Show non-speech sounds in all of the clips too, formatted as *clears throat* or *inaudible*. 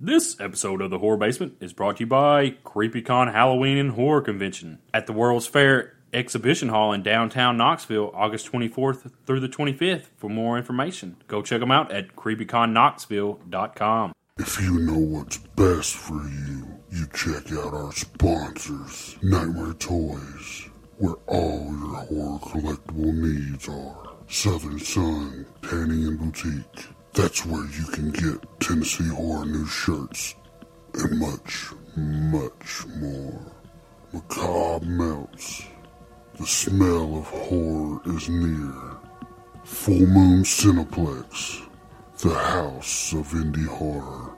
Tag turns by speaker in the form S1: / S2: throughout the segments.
S1: This episode of the Horror Basement is brought to you by CreepyCon Halloween and Horror Convention at the World's Fair Exhibition Hall in downtown Knoxville, August 24th through the 25th. For more information, go check them out at creepyconknoxville.com.
S2: If you know what's best for you, you check out our sponsors, Nightmare Toys, where all your horror collectible needs are. Southern Sun Tanning and Boutique. That's where you can get Tennessee Horror News shirts and much, much more. Macabre Melts. The smell of horror is near. Full Moon Cineplex. The House of Indie Horror.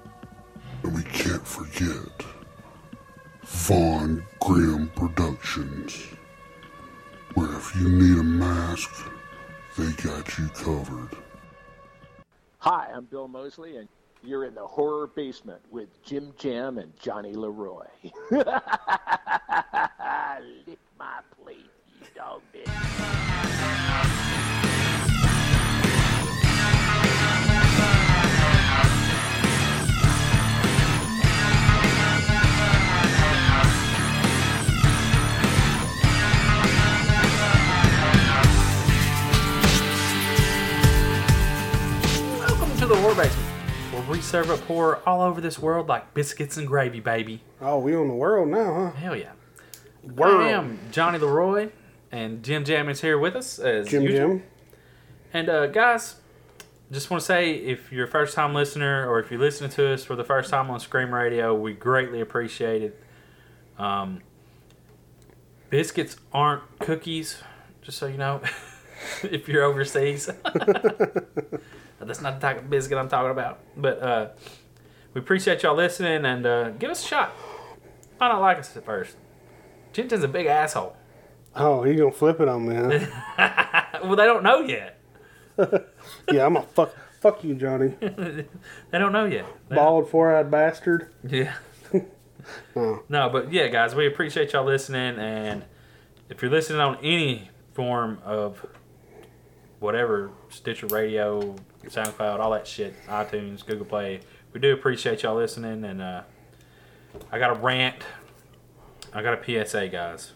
S2: And we can't forget Vaughn Grimm Productions, where if you need a mask, they got you covered.
S3: Hi, I'm Bill Mosley, and you're in the horror basement with Jim Jam and Johnny Leroy. *laughs* Lick my plate, you dog bitch.
S4: Welcome to the Horror Basement, where we serve up horror all over this world like biscuits and gravy, baby.
S5: Oh, we on the world now, huh?
S4: Hell yeah.
S5: World.
S4: I am Johnny Leroy, and Jim Jam is here with us as
S5: Jim
S4: usual.
S5: Jim.
S4: And uh, guys, just want to say if you're a first time listener or if you're listening to us for the first time on Scream Radio, we greatly appreciate it. Um, biscuits aren't cookies, just so you know, *laughs* if you're overseas. *laughs* That's not the type of biscuit I'm talking about. But uh, we appreciate y'all listening and uh, give us a shot. Might not like us at first. Jensen's a big asshole.
S5: Oh, he gonna flip it on me,
S4: *laughs*
S5: huh?
S4: Well, they don't know yet.
S5: yeah, I'm a fuck. Fuck
S4: *laughs*
S5: you, Johnny.
S4: They don't know yet. They-
S5: Bald, four-eyed bastard.
S4: Yeah.
S5: No.
S4: No, but yeah, guys, we appreciate y'all listening, and if you're listening on any form of whatever Stitcher Radio, SoundCloud, all that shit, iTunes, Google Play, we do appreciate y'all listening. And uh, I got a rant. I got a PSA, guys.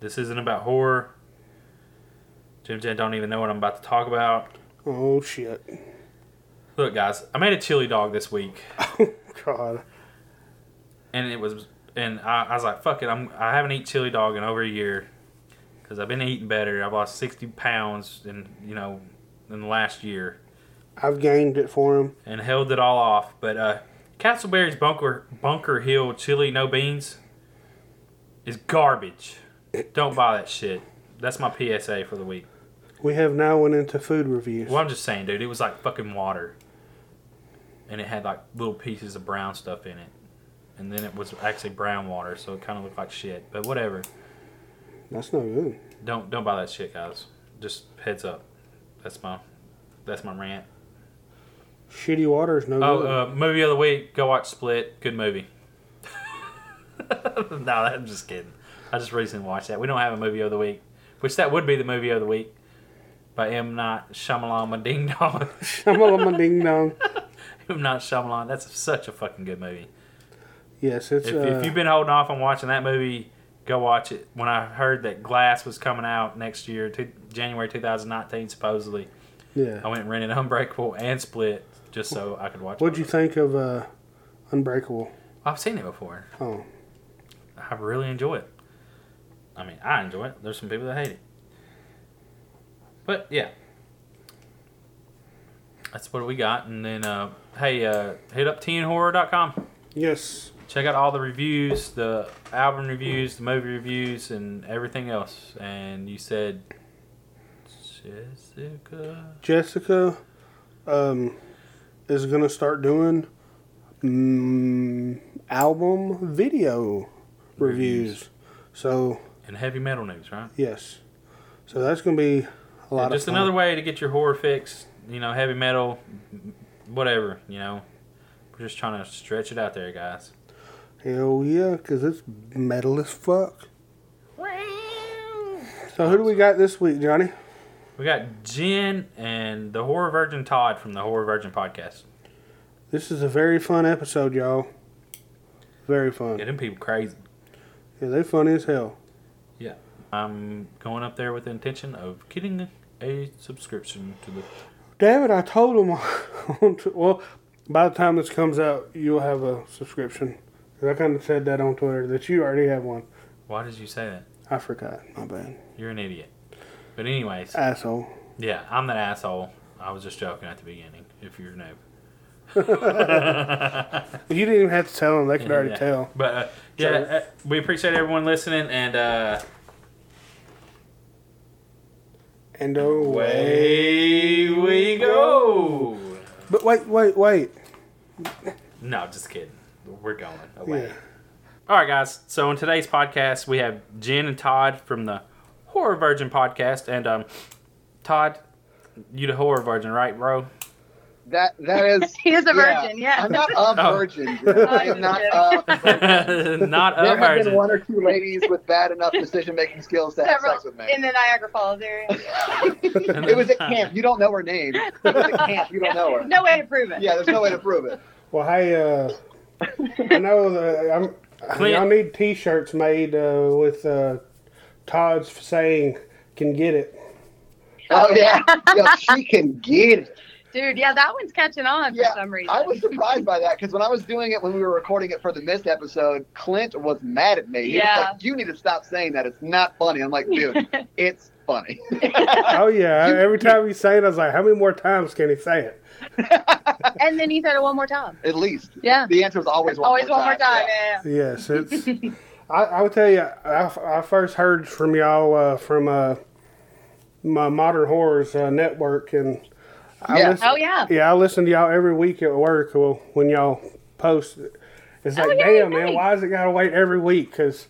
S4: This isn't about horror. Jim Jen don't even know what I'm about to talk about.
S5: Oh shit. *laughs*
S4: Look, guys, I made a chili dog this week.
S5: God.
S4: and it was and I, I was like fuck it I'm I haven't eaten chili dog in over a year because I've been eating better I've lost 60 pounds in you know in the last year
S5: I've gained it for him.
S4: and held it all off but uh Castleberry's Bunker Bunker Hill chili no beans is garbage don't buy that shit that's my PSA for the week
S5: We have now went into food reviews.
S4: well I'm just saying dude it was like fucking water and it had like little pieces of brown stuff in it and then it was actually brown water so it kind of looked like shit but whatever
S5: That's no good.
S4: Don't don't buy that shit, guys. Just heads up. That's my that's my rant.
S5: Shitty water is no
S4: Oh,
S5: good. *laughs*
S4: uh, movie of the week. Go watch Split. Good movie. *laughs* no, I'm just kidding. I just recently watched that. We don't have a movie of the week, which that would be the movie of the week by M Night Shyamalan Ding Dong. *laughs*
S5: Shamalama ding dong.
S4: M Night Shyamalan. That's such a fucking good movie.
S5: Yes, it's.
S4: If,
S5: uh,
S4: if you've been holding off on watching that movie, go watch it. When I heard that Glass was coming out next year, to January 2019, supposedly. I
S5: yeah.
S4: went and rented *laughs* Unbreakable and Split just so I could watch.
S5: What'd you
S4: both.
S5: think of uh, Unbreakable?
S4: I've seen it before.
S5: Oh,
S4: I really enjoy it. I mean, I enjoy it. There's some people that hate it, but yeah, that's what we got. And then, uh, hey, uh, hit up teenhorror.com.
S5: yes.
S4: Check out all the reviews, the album reviews, the movie reviews, and everything else. And you said Jessica.
S5: Jessica um, is gonna start doing mm, album video reviews. So
S4: And heavy metal news, right?
S5: yes, so that's gonna be a lot
S4: Yeah,
S5: of
S4: just
S5: fun.
S4: another way to get your horror fix. You know, heavy metal, m- whatever. You know, we're just trying to stretch it out there, guys.
S5: Hell yeah, because it's metal as fuck. So who do we got this week, Johnny?
S4: We got Jen and the horror virgin Todd from the Horror Virgin podcast.
S5: This is a very fun episode, y'all. Very fun.
S4: Yeah, them people crazy.
S5: Yeah, they funny as hell.
S4: I'm going up there with the intention of getting a subscription to the.
S5: Damn it, I told them. on t- well, by the time this comes out, you'll have a subscription. 'Cause I kind of said that on Twitter that you already have one.
S4: Why did you say that?
S5: I forgot. My bad.
S4: You're an idiot. But anyways,
S5: Asshole.
S4: yeah, I'm that asshole. I was just joking at the beginning. If you're new, *laughs*
S5: You didn't even have to tell them. They could already
S4: Yeah.
S5: tell.
S4: But uh, yeah,
S5: Sure.
S4: uh, we appreciate everyone listening and uh,
S5: And away.
S4: away we go.
S5: But wait, wait, wait.
S4: No, just kidding. We're going away.
S5: Yeah.
S4: All right, guys. So in today's podcast, we have Jen and Todd from the Horror Virgin podcast, and um, Todd, you the Horror Virgin, right, bro? *laughs*
S6: That that is.
S7: He is a
S6: yeah.
S7: virgin, yeah.
S6: I'm
S7: *laughs*
S6: not a
S4: Oh.
S6: virgin. Drew. I am not uh, a virgin.
S4: Not
S6: There
S4: a
S6: have been
S4: virgin.
S6: one or two ladies with bad enough decision making skills to have
S7: Several
S6: sex with me.
S7: in the Niagara Falls area.
S6: it was at camp. You don't know her name. It was at camp. You don't know her.
S7: No way to prove it.
S6: Yeah, there's no way to prove
S7: *laughs*
S6: it.
S5: Well, hey, uh, I know that I'm.
S4: Clint.
S5: Y'all need T-shirts made uh, with uh, Todd's saying "Can get it."
S6: Oh yeah, yeah she can get it.
S7: Dude, yeah, that one's catching on
S6: Yeah,
S7: for some reason.
S6: I was surprised by that because when I was doing it when we were recording it for the missed episode, Clint was mad at me. He was
S7: Yeah.
S6: like, "You need to stop saying that. It's not funny." I'm like,
S7: *laughs*
S6: "Dude, it's funny." *laughs*
S5: Oh yeah! Every time he say it, I was like, "How many more times can he say it?"
S7: and then he said it one more time.
S6: at least
S7: Yeah.
S6: the answer is always one
S7: Always
S6: more
S7: one more time.
S6: Yeah.
S7: Yeah.
S5: Yes, it's. I, I would tell you, I, I first heard from y'all uh, from uh, my Modern Horrors uh, network, and I
S6: Yeah.
S5: listen-
S7: Oh, yeah.
S5: yeah, I listen to y'all every week at work. Well, when y'all post, it. it's like,
S7: Oh, yeah,
S5: damn, man,
S7: thanks."
S5: why is it gotta wait every week?
S7: *laughs*
S5: Because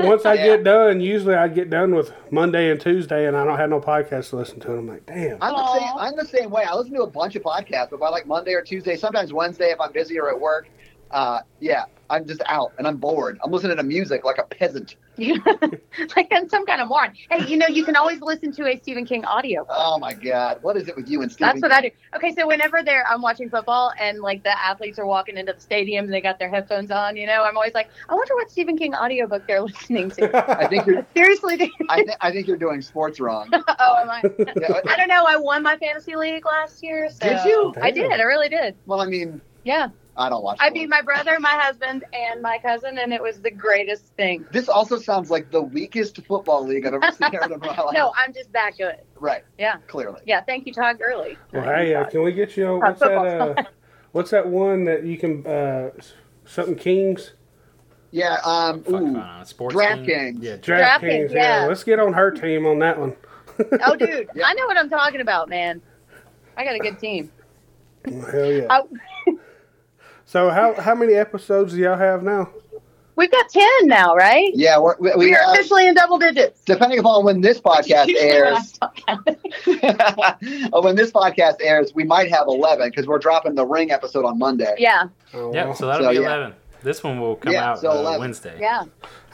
S5: once I
S6: Yeah.
S5: get done, usually I get done with Monday and Tuesday, and I don't have no podcast to listen to. And I'm like, damn, *laughs*
S6: I'm the,
S7: Aw.
S6: same, I'm the same way. I listen to a bunch of podcasts, but by like Monday or Tuesday, sometimes Wednesday if I'm busy or at work, uh, yeah, I'm just out and I'm bored. I'm listening to music like a peasant.
S7: *laughs* like I'm some kind of moron. Hey, you know, you can always listen to a Stephen King audio.
S6: Oh my God, what is it with you and Stephen?
S7: That's what I do. Okay, so whenever they're I'm watching football and like the athletes are walking into the stadium and they got their headphones on, you know, I'm always like, I wonder what Stephen King audiobook they're *laughs* listening to.
S6: I think you're.
S7: Seriously, they, *laughs*
S6: I, th- I think you're doing sports wrong.
S7: oh, am I?
S6: Yeah, uh,
S7: I don't know. I won my fantasy league last year. So
S6: Did you?
S7: I did. I really did.
S6: well, I mean,
S7: Yeah,
S6: I don't watch.
S7: I
S6: sports.
S7: beat my brother, my husband, and my cousin, and it was the greatest thing.
S6: This also sounds like the weakest football league I've ever seen in
S7: *laughs*
S6: my life.
S7: No, I'm just that good.
S6: Right.
S7: Yeah.
S6: Clearly.
S7: Yeah, thank you, Todd Gurley.
S5: well, hey, uh, can we get you? on- What's that?
S7: *laughs*
S5: Uh, what's that one that you can? Uh, s- something Kings,
S6: Yeah. Um.
S4: Fuck,
S6: Ooh.
S4: fine, Sports
S6: DraftKings.
S4: team. Yeah, dra-
S5: Draft
S7: DraftKings,
S5: Kings. Yeah.
S7: yeah.
S5: let's get on her team on that one.
S7: Oh, dude,
S6: Yeah.
S7: I know what I'm talking about, man. I got a good team. Oh,
S5: Hell yeah!
S7: I,
S5: *laughs* So how how many episodes do y'all have now?
S7: we've got ten now, right?
S6: Yeah. We're, we, we uh,
S7: We are
S6: have-
S7: officially in double digits.
S6: depending upon when this podcast
S7: Usually
S6: airs, Oh,
S7: when I
S6: *laughs*
S7: talk.
S6: when this podcast airs, we might have eleven because we're dropping the Ring episode on Monday.
S7: Yeah,
S5: Oh,
S4: yeah.
S5: well.
S4: So that'll
S6: So,
S4: be
S6: yeah.
S4: eleven. This one will come
S6: Yeah,
S4: out
S6: so
S4: uh,
S6: 11.
S4: Wednesday.
S7: yeah.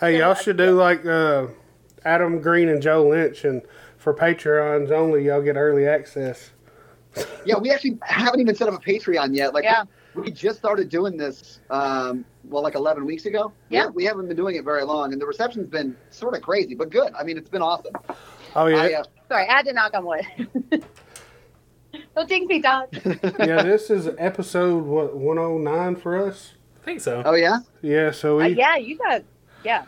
S5: Hey, y'all should do like uh, Adam Green and Joe Lynch, and for Patreons only, y'all get early access.
S6: Yeah, we actually haven't even set up a Patreon yet. Like,
S7: Yeah.
S6: we just started doing this, um, well, like 11 weeks ago.
S7: Yeah.
S6: We, we haven't been doing it very long, and the reception's been sort of crazy, but good. I mean, it's been awesome.
S5: Oh yeah,
S6: I, uh,
S7: Sorry, I had to knock on wood. *laughs* Don't jinx me, Todd.
S5: *laughs* yeah. This is episode what one oh nine for us.
S4: I think so.
S6: oh, yeah?
S5: Yeah, so
S7: Uh,
S5: we yeah,
S7: yeah, you got. Yeah.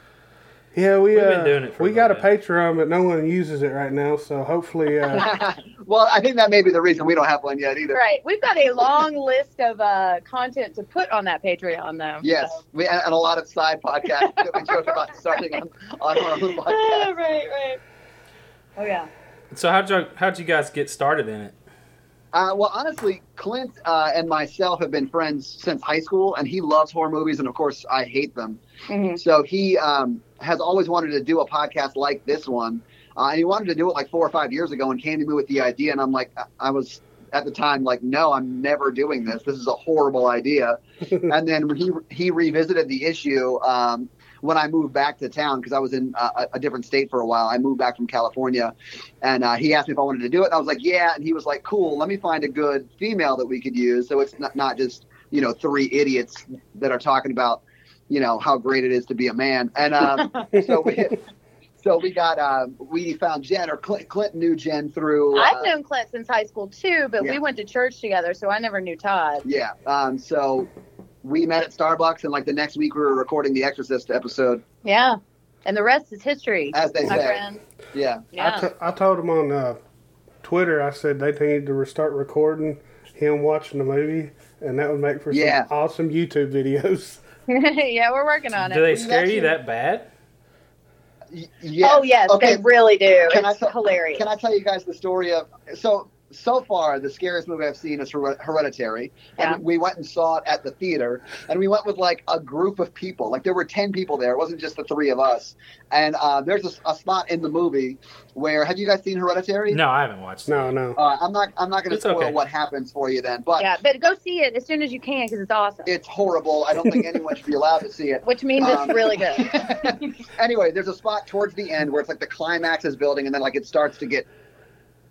S5: we
S4: We've
S5: uh,
S4: been doing it for
S5: we
S4: a
S5: got a
S4: little bit.
S5: Patreon, but no one uses it right now. So hopefully, uh,
S6: well, I think that may be the reason we don't have one yet either.
S7: Right. We've got a long list of uh, content to put on that Patreon, though.
S6: Yes, *laughs*
S7: so.
S6: we, and, and a lot of side podcasts that we joked about starting on, on our own
S7: Ah,
S6: podcast.
S7: *laughs* right, right. Oh, yeah.
S4: So how'd you how'd you guys get started in it?
S6: Uh, well, honestly, Clint uh, and myself have been friends since high school, and he loves horror movies, and of course, I hate them.
S7: Mhm.
S6: So he um, has always wanted to do a podcast like this one, uh, and he wanted to do it like four or five years ago, and came to me with the idea, and I'm like, I- I was at the time like, no, I'm never doing this. This is a horrible idea. and then he he revisited the issue um, when I moved back to town because I was in a, a different state for a while. I moved back from California, and uh, he asked me if I wanted to do it, and I was like, yeah. And he was like, cool. Let me find a good female that we could use, so it's not, not just you know three idiots that are talking about you know how great it is to be a man. And um, so we so we got uh, we found Jen or Clint, Clint knew Jen through. uh,
S7: I've known Clint since high school too, but
S6: Yeah.
S7: we went to church together, so I never knew Todd.
S6: Yeah. Um, so we met at Starbucks, and like the next week, we were recording the Exorcist episode,
S7: Yeah, and the rest is history.
S6: as they
S7: my
S6: say.
S7: friend.
S6: Yeah.
S5: I,
S7: Yeah.
S5: t- I told him on uh, Twitter, I said they need to re- start recording him watching the movie, and that would make for
S6: Yeah.
S5: some awesome YouTube videos.
S7: *laughs*
S5: *laughs*
S7: yeah, we're working on it.
S4: Do they
S7: We've
S4: scare you
S7: actually-
S4: that bad?
S6: Y- yes.
S7: Oh yes,
S6: Okay.
S7: they really do.
S6: Can I
S7: It's
S6: tell-
S7: hilarious.
S6: Can I tell you guys the story of so so far the scariest movie I've seen is Her- Hereditary,
S7: Yeah.
S6: and we went and saw it at the theater, and we went with like a group of people. Like there were ten people there; it wasn't just the three of us. And uh, there's a, s- a spot in the movie where have you guys seen Hereditary?
S4: No, I haven't watched.
S5: No,
S4: it.
S5: no.
S6: Uh, I'm not. I'm not going to
S4: It's
S6: spoil
S4: okay.
S6: what happens for you then, but
S7: yeah, but go see it as soon as you can because it's awesome.
S6: it's horrible. I don't think anyone should be allowed to see it.
S7: Which means
S6: Um,
S7: it's really good.
S6: *laughs* anyway, there's a spot towards the end where it's like the climax is building, and then like it starts to get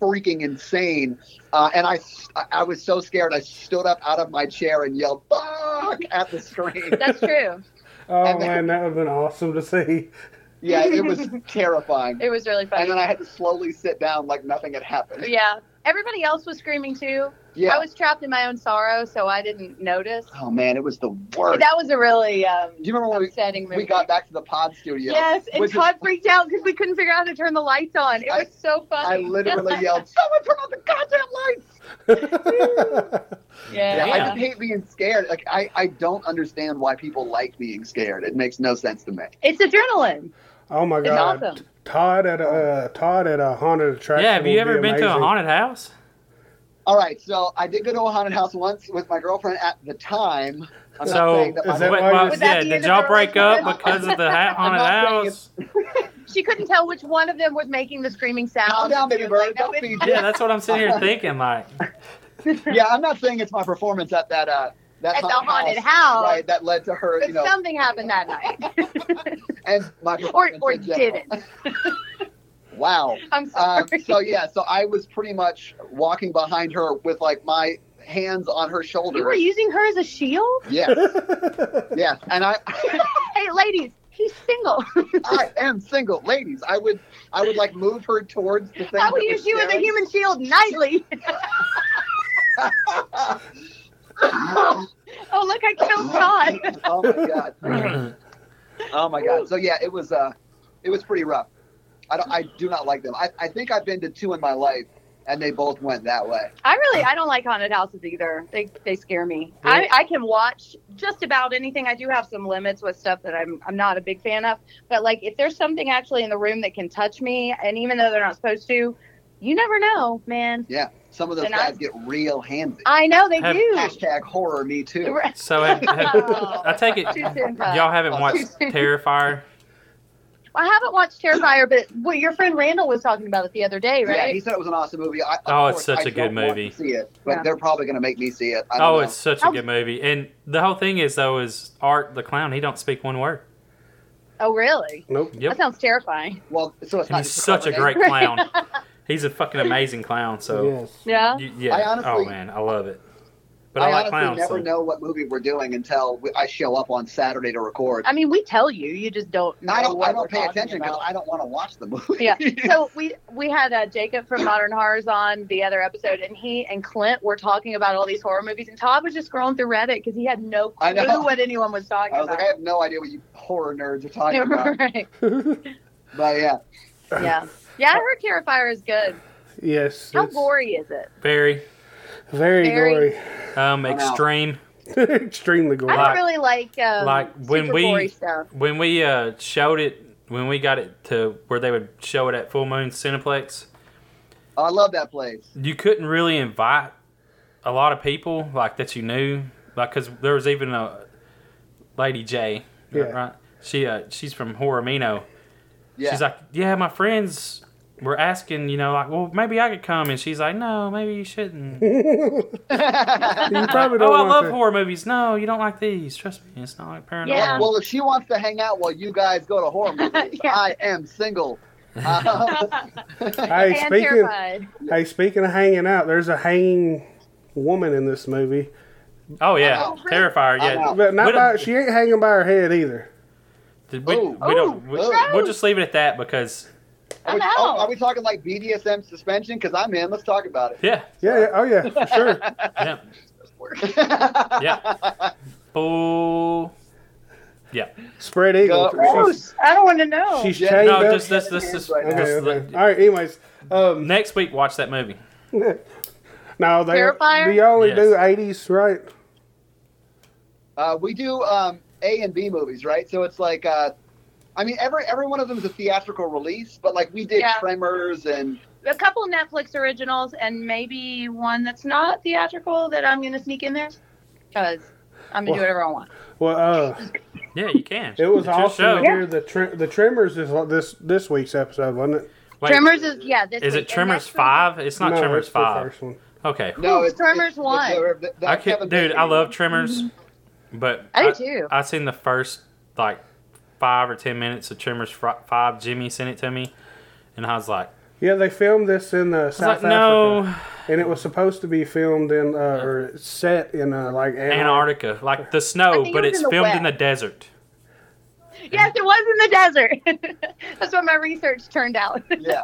S6: freaking insane. Uh, and I, I- I was so scared, I stood up out of my chair and yelled "fuck" at the screen.
S7: That's true.
S5: Oh
S6: and then-
S5: man, that would have been awesome to see. *laughs*
S6: yeah, it
S7: *laughs*
S6: was terrifying.
S7: It was really
S6: And
S7: funny.
S6: then I had to slowly sit down like nothing had happened.
S7: yeah, everybody else was screaming too.
S6: Yeah.
S7: I was trapped in my own sorrow, so I didn't notice.
S6: oh man, it was the worst.
S7: That was a really um,
S6: Do you remember when we-
S7: upsetting
S6: we,
S7: movie.
S6: got back to the pod studio?
S7: Yes, and
S6: which is-
S7: Todd freaked out because we couldn't figure out how to turn the lights on. It
S6: I-
S7: was so
S6: I
S7: funny. *laughs*
S6: literally yelled, "Someone turn on the goddamn lights!" Yeah,
S7: yeah.
S6: I
S4: Yeah.
S6: just hate being scared. Like I, I don't understand why people like being scared. It makes no sense to me.
S7: It's adrenaline.
S5: Oh my
S7: It's
S5: god,
S7: awesome.
S5: Todd at a uh, Todd at a haunted attraction.
S4: Yeah, have you
S5: would
S4: ever
S5: be
S4: been to a
S5: amazing.
S4: haunted house?
S6: All right, so I did go to a haunted house once with my girlfriend at the time. I'm not
S4: so,
S6: saying that my,
S5: Is that
S4: what-
S5: why
S4: well,
S5: you're-
S7: Would that
S4: yeah,
S7: be
S4: did
S7: the
S4: y'all
S7: girls'
S4: break up
S7: one?
S4: because of the ha- haunted
S6: not saying
S4: house?
S7: She couldn't tell which one of them was making the screaming sound.
S6: Calm down,
S7: She
S6: baby
S7: was
S6: bird.
S7: like, no,
S6: Don't
S7: it's-
S6: be-
S4: Yeah, that's what I'm sitting here thinking. Like,
S6: yeah, I'm not saying it's my performance at that uh that
S7: At the haunted house.
S6: right that led to her,
S7: But
S6: you know,
S7: something happened that
S6: *laughs*
S7: night,
S6: and my
S7: or
S6: performance
S7: or
S6: in general.
S7: didn't. *laughs*
S6: Wow.
S7: I'm
S6: Um,
S7: sorry.
S6: so yeah, so I was pretty much walking behind her with like my hands on her shoulders.
S7: you were using her as a shield.
S6: yeah, yeah, and I. *laughs*
S7: Hey, ladies, he's single.
S6: I am single, ladies. I would, I would like move her towards the thing.
S7: I
S6: that
S7: will use
S6: was
S7: you as a
S6: staring.
S7: human shield nightly. oh look, I killed Todd.
S6: oh my
S4: mm.
S6: god. oh my god. So yeah, it was, uh, it was pretty rough. I don't, I do not like them. I, I think I've been to two in my life, and they both went that way.
S7: I really I don't like haunted houses either. They they scare me. I, I can watch just about anything. I do have some limits with stuff that I'm I'm not a big fan of. But like if there's something actually in the room that can touch me, and even though they're not supposed to, you never know, man.
S6: Yeah, some of those
S7: And I-
S6: guys get real handsy.
S7: I know they
S4: Have-
S7: do.
S6: Hashtag horror me too.
S7: Right.
S4: so have, have- I take it
S7: Too soon, Todd.
S4: y'all haven't watched
S7: soon.
S4: Terrifier.
S7: I haven't watched Terrifier, but what your friend Randall was talking about it the other day,
S6: Yeah, he
S7: right?
S6: said it was an awesome movie. I, of
S4: Oh, it's
S6: course,
S4: such
S6: I
S4: a good
S6: don't want
S4: movie.
S6: to see it, but
S7: Yeah.
S6: they're probably gonna make me see it. I don't
S4: Oh,
S6: know.
S4: it's such a
S7: How-
S4: good movie, and the whole thing is though is Art the clown. He don't speak one word.
S7: oh, really?
S5: *laughs* Nope.
S7: That
S4: Yep,
S7: sounds terrifying.
S6: well, so it's
S4: and
S6: not
S4: he's
S6: just
S4: such a
S6: horror,
S4: great
S7: Right.
S4: clown. He's a fucking amazing clown. So
S5: Yes.
S7: Yeah.
S4: you- yeah,
S6: I honestly-
S4: oh man, I love it. But I, like
S6: honestly
S4: clowns.
S6: never
S4: so-
S6: know what movie we're doing until we- I show up on Saturday to record.
S7: I mean, we tell you, you just don't. Know
S6: I don't,
S7: what
S6: I
S7: we're
S6: don't pay
S7: talking
S6: attention because
S7: about.
S6: I don't want to watch the movie. *laughs*
S7: yeah. So we we had uh, Jacob from Modern Horrors on the other episode, and he and Clint were talking about all these horror movies, and Todd was just scrolling through Reddit because he had no
S6: I
S7: clue
S6: know.
S7: what anyone was talking
S6: I was
S7: about.
S6: like, I have no idea what you horror nerds are talking about.
S7: *laughs* right.
S6: But yeah,
S7: Yeah. Yeah, I heard Terrifier is good.
S5: Yes.
S7: How
S5: it's
S7: gory is it?
S4: very
S5: Very,
S7: Very-
S5: gory.
S4: um,
S6: I'm out.
S4: extreme.
S5: Extremely gory. *laughs*
S7: I
S4: Like-
S7: don't really like um,
S4: like when
S7: super
S4: we-
S7: gory stuff.
S4: When we uh, showed it, when we got it to where they would show it at Full Moon Cineplex,
S6: I love that place.
S4: you couldn't really invite a lot of people like that you knew, like because there was even a lady J,
S5: Yeah.
S4: right? She uh, she's from Horomino.
S6: Yeah.
S7: *laughs*
S4: She's like, yeah, my friends were asking, you know, like, well, maybe I could come, and she's like, no, maybe you
S5: *laughs*
S4: shouldn't.
S5: you probably don't
S4: oh, I
S5: want
S4: love
S5: to.
S4: horror movies. No, you don't like these. Trust me, it's not like paranormal.
S7: Yeah.
S6: well, if she wants to hang out while you guys go to horror movies,
S7: *laughs* Yeah.
S6: I
S4: *laughs*
S6: am single. Uh,
S5: Hey,
S7: and
S5: speaking.
S7: terrified.
S5: Hey, speaking of hanging out, there's a hanging woman in this movie,
S4: Oh yeah,
S7: out.
S4: Terrifier.
S6: I'm
S4: Yeah,
S6: out.
S5: But
S4: We
S5: not
S4: don't-
S5: by, she ain't hanging by her head either.
S4: Did we,
S6: Ooh.
S4: we don't.
S6: Ooh,
S4: We,
S6: ooh.
S4: we'll just leave it at that because
S6: Are
S7: I'm
S6: we, are,
S7: out.
S6: are we talking like BDSM suspension? Because I'm in. Let's talk about it.
S4: yeah,
S5: Yeah, yeah, oh yeah, for sure.
S4: yeah, yeah, full. Yeah,
S5: Spread eagle. She's,
S7: Gross. I don't want to know.
S5: she's
S6: Yeah.
S5: chained
S4: no,
S5: up.
S4: just this, this, this.
S6: Okay,
S5: okay,
S4: just
S5: okay.
S4: the-
S5: All right. Anyways, um,
S4: Next week, watch that movie.
S5: *laughs* now they
S7: Terrifier?
S5: do y'all only do
S4: Yes.
S5: eighties, right?
S6: *laughs* Uh, we do um, A and B movies, right? So it's like, uh, I mean, every every one of them is a theatrical release, but like we did
S7: Yeah.
S6: Tremors and
S7: a couple Netflix originals and maybe one that's not theatrical that I'm going to sneak in there because I'm going
S5: Well-
S7: to do whatever I want.
S5: Well, uh,
S4: Yeah, you can.
S5: it was
S4: It's your
S5: awesome
S4: show.
S5: to hear the trim the trimmers is like this this week's episode, wasn't it?
S4: Wait,
S7: Tremors is yeah. This
S4: Is
S7: week.
S4: it
S7: And
S4: Tremors
S7: next week-
S4: Five? It's not
S5: No,
S4: Tremors
S5: it's the
S4: Five.
S5: first one.
S4: Okay,
S6: no, it's it's-
S7: Tremors one.
S6: it's- the- the-
S4: I can,
S6: Kevin
S4: dude.
S6: Bacon
S4: I love
S6: one.
S4: Tremors, but
S7: I do too.
S4: I seen the first like five or ten minutes of Tremors Fri- Five. Jimmy sent it to me, and I was like,
S5: Yeah, they filmed this in uh,
S4: I was
S5: South
S4: like, no,
S5: Africa, and it was supposed to be filmed in uh, or set in uh, like Antarctica.
S4: Antarctica, like the
S7: I
S4: snow,
S7: think it
S4: but
S7: was
S4: it's
S7: in the
S4: filmed
S7: wet.
S4: in the desert.
S7: Yes, it was in the desert. *laughs* that's what my research turned out.
S6: Yeah,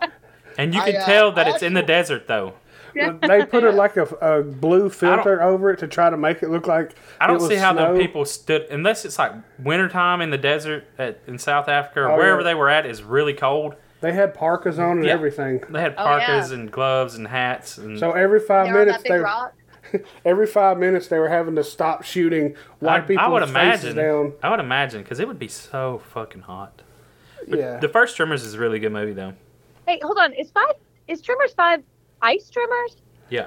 S4: And you
S6: I,
S4: can
S6: uh,
S4: tell that
S6: I
S4: it's in the desert, though.
S5: they put
S4: *laughs*
S5: a, like a, a blue filter over it to try to make it look like
S4: I
S5: it
S4: don't
S5: was
S4: see how
S5: snow.
S4: the people stood, unless it's like wintertime in the desert at, in South Africa or
S5: Oh,
S4: wherever
S5: yeah.
S4: they were at is really cold.
S5: They had parkas on and
S4: Yeah.
S5: everything.
S4: They had
S7: Oh, yeah.
S4: parkas and gloves and hats. And
S5: So every five
S7: They're on
S5: minutes
S7: that
S5: they
S7: big rock.
S5: every five minutes they were having to stop shooting white
S4: I,
S5: people's
S4: I would
S5: faces
S4: imagine.
S5: down.
S4: I would imagine because it would be so fucking hot.
S5: Yeah,
S4: The first Tremors is a really good movie, though.
S7: Hey, hold on. Is five? Is Tremors five ice Tremors? Is
S4: Yeah,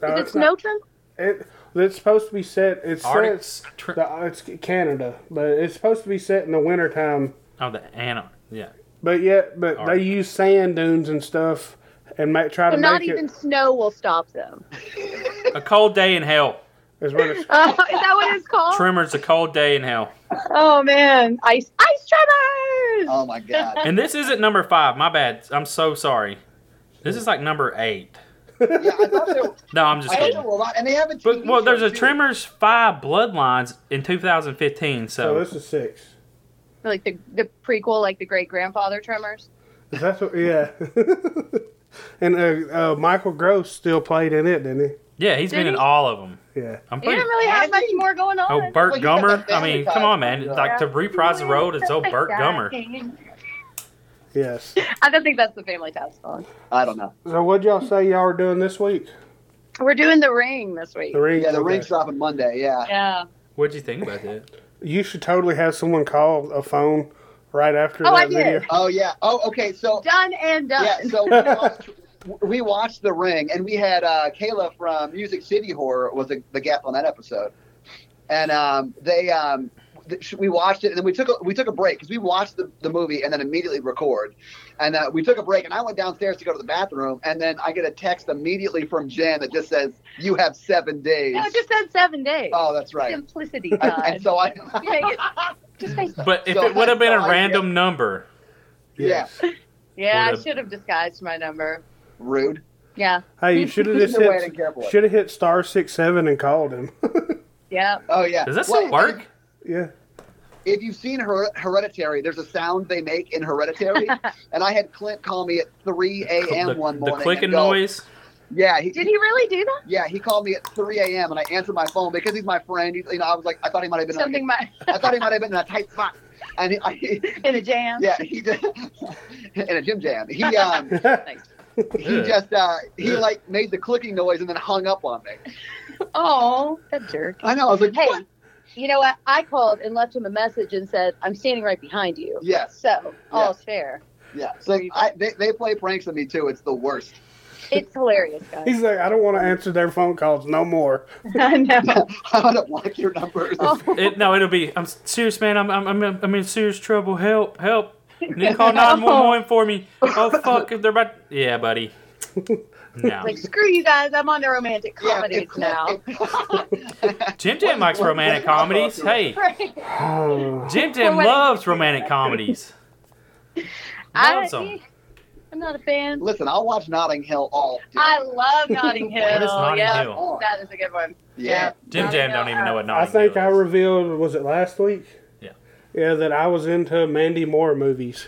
S5: No,
S7: it
S5: it's
S7: snow
S5: not-
S7: Tremors?
S5: It, it's supposed to be set. It's
S4: Arctic.
S5: set.
S4: Tre-
S5: The, uh, it's Canada, but it's supposed to be set in the wintertime.
S4: oh, the Anna. Yeah,
S5: But yet, but
S4: Arctic.
S5: they use sand dunes and stuff and make, try
S7: So
S5: to
S7: not
S5: make
S7: even
S5: it
S7: snow will stop them. *laughs*
S4: a cold day in hell.
S5: is what it's
S7: Uh, is that what it's
S6: Oh.
S7: called?
S4: Tremors, a cold day in hell.
S7: oh man, ice ice Tremors.
S6: Oh my god.
S7: *laughs*
S4: And this isn't number five. My bad. I'm so sorry. This is like number eight.
S6: yeah,
S5: *laughs*
S6: I thought there,
S4: No, I'm just
S6: I thought
S4: kidding.
S6: there were a lot, and they haven't.
S4: But well, there's a Tremors Five Bloodlines in 2015.
S5: so.
S4: So
S5: This is six.
S7: like the the prequel, like the great grandfather Tremors.
S5: Is that what? Yeah. *laughs* and uh, uh, Michael Gross still played in it, didn't
S4: yeah, he's been
S7: Did
S4: in
S7: he?
S4: all of them.
S5: he? Yeah.
S4: I'm
S7: You
S4: pretty.
S7: didn't really have much more going on.
S4: Oh, Burt
S6: Well, he's got
S4: Gummer.
S6: that
S4: I mean,
S6: family
S4: come on, man.
S6: ties.
S4: Like to reprise the role as old
S7: *laughs*
S4: Burt
S6: *laughs*
S4: Gummer.
S5: Yes.
S7: I don't think that's the family ties song.
S6: I don't know.
S5: So what y'all say y'all are doing this week?
S7: We're doing the ring this week.
S5: The ring.
S6: Yeah, the
S5: okay.
S6: ring's dropping Monday. Yeah.
S7: Yeah.
S4: What'd you think about that?
S5: You should totally have someone call a phone right after
S7: Oh,
S5: that
S7: I did.
S5: video.
S6: Oh yeah. Oh okay. So
S7: Done and done.
S6: yeah. So we
S7: *laughs*
S6: watched, we watched The Ring, and we had uh, Kayla from Music City Horror was the, the guest on that episode, and um, they um, th- we watched it, and then we took a, we took a break because we watched the, the movie and then immediately record, and uh, we took a break, and I went downstairs to go to the bathroom, and then I get a text immediately from Jan that just says, "You have seven days."
S7: no, it just said seven days.
S6: oh, that's
S7: *laughs*
S6: right. *laughs*
S7: Simplicity,
S6: And,
S7: God.
S6: and so I.
S7: *laughs* Yeah, you- just Facebook.
S4: But if
S6: So-
S4: it would have been
S6: so
S4: a
S6: I-
S4: random number,
S6: Yeah.
S7: yeah,
S4: What
S7: I
S4: a-
S7: should have disguised my number.
S6: *laughs* Rude.
S7: Yeah.
S5: Hey,
S6: *laughs*
S5: you should have just
S6: No way I
S5: hit
S6: didn't care for it.
S5: should have hit star six seven and called him. *laughs*
S7: Yeah.
S6: Oh yeah.
S4: does that still
S6: Well,
S4: work?
S5: yeah. *laughs*
S6: if you've seen Her- Hereditary, there's a sound they make
S4: *laughs*
S6: in Hereditary, and I had Clint call me at 3 a.m.
S4: The,
S6: one
S4: the
S6: morning.
S4: clicking
S6: and go-
S4: noise.
S6: Yeah, he,
S7: Did he really do that?
S6: yeah, he called me at 3 a.m. and I answered my phone because he's my friend. He's, you know, I was like, I thought he might have been.
S7: Something
S6: Like,
S7: might, *laughs*
S6: I thought he might have been in a tight spot, and he, *laughs* I,
S7: in a jam.
S6: yeah, he did *laughs* in a gym jam. He um,
S7: Thanks.
S6: he just uh, he like made the clicking noise and then hung up on me.
S7: Oh, that jerk.
S6: I know. I was like,
S7: Hey,
S6: what?
S7: you know what? I called and left him a message and said, I'm standing right behind you.
S6: Yes,
S7: So, all's fair.
S6: yeah. So I, they they play pranks on me too. It's the worst.
S7: It's hilarious, guys.
S5: He's like, I don't want to answer their phone calls no more.
S7: *laughs*
S5: *sighs*
S7: I know.
S6: *laughs* I want to block your numbers.
S7: Oh,
S4: It, no, it'll be. I'm serious, man. I'm I'm I'm, I'm in serious trouble. Help! Help! Need to
S6: *laughs*
S4: call nine one one for me. Oh fuck! They're about. Yeah,
S6: *laughs*
S4: buddy. No,
S7: Like, screw you guys. I'm on to romantic
S6: *laughs* Yeah,
S7: comedies
S6: it's-
S7: now.
S4: Jim Jam likes romantic comedies. Hey,
S7: *laughs*
S4: Jim Jam
S7: Romantic-
S4: loves romantic comedies.
S7: *laughs* I,
S4: Loves 'em.
S7: I I'm not a
S6: *laughs*
S7: fan.
S6: Listen, I'll watch Notting Hill all day.
S7: I
S4: *laughs*
S7: love Notting Hill.
S4: What is Notting
S7: yeah,
S4: Hill?
S7: that is a good one.
S6: yeah.
S4: Jim Jam don't even know what
S5: I
S4: Notting
S5: think
S4: Hill
S5: I
S4: is.
S5: revealed was it last week?
S4: Yeah.
S5: Yeah, that I was into Mandy Moore movies.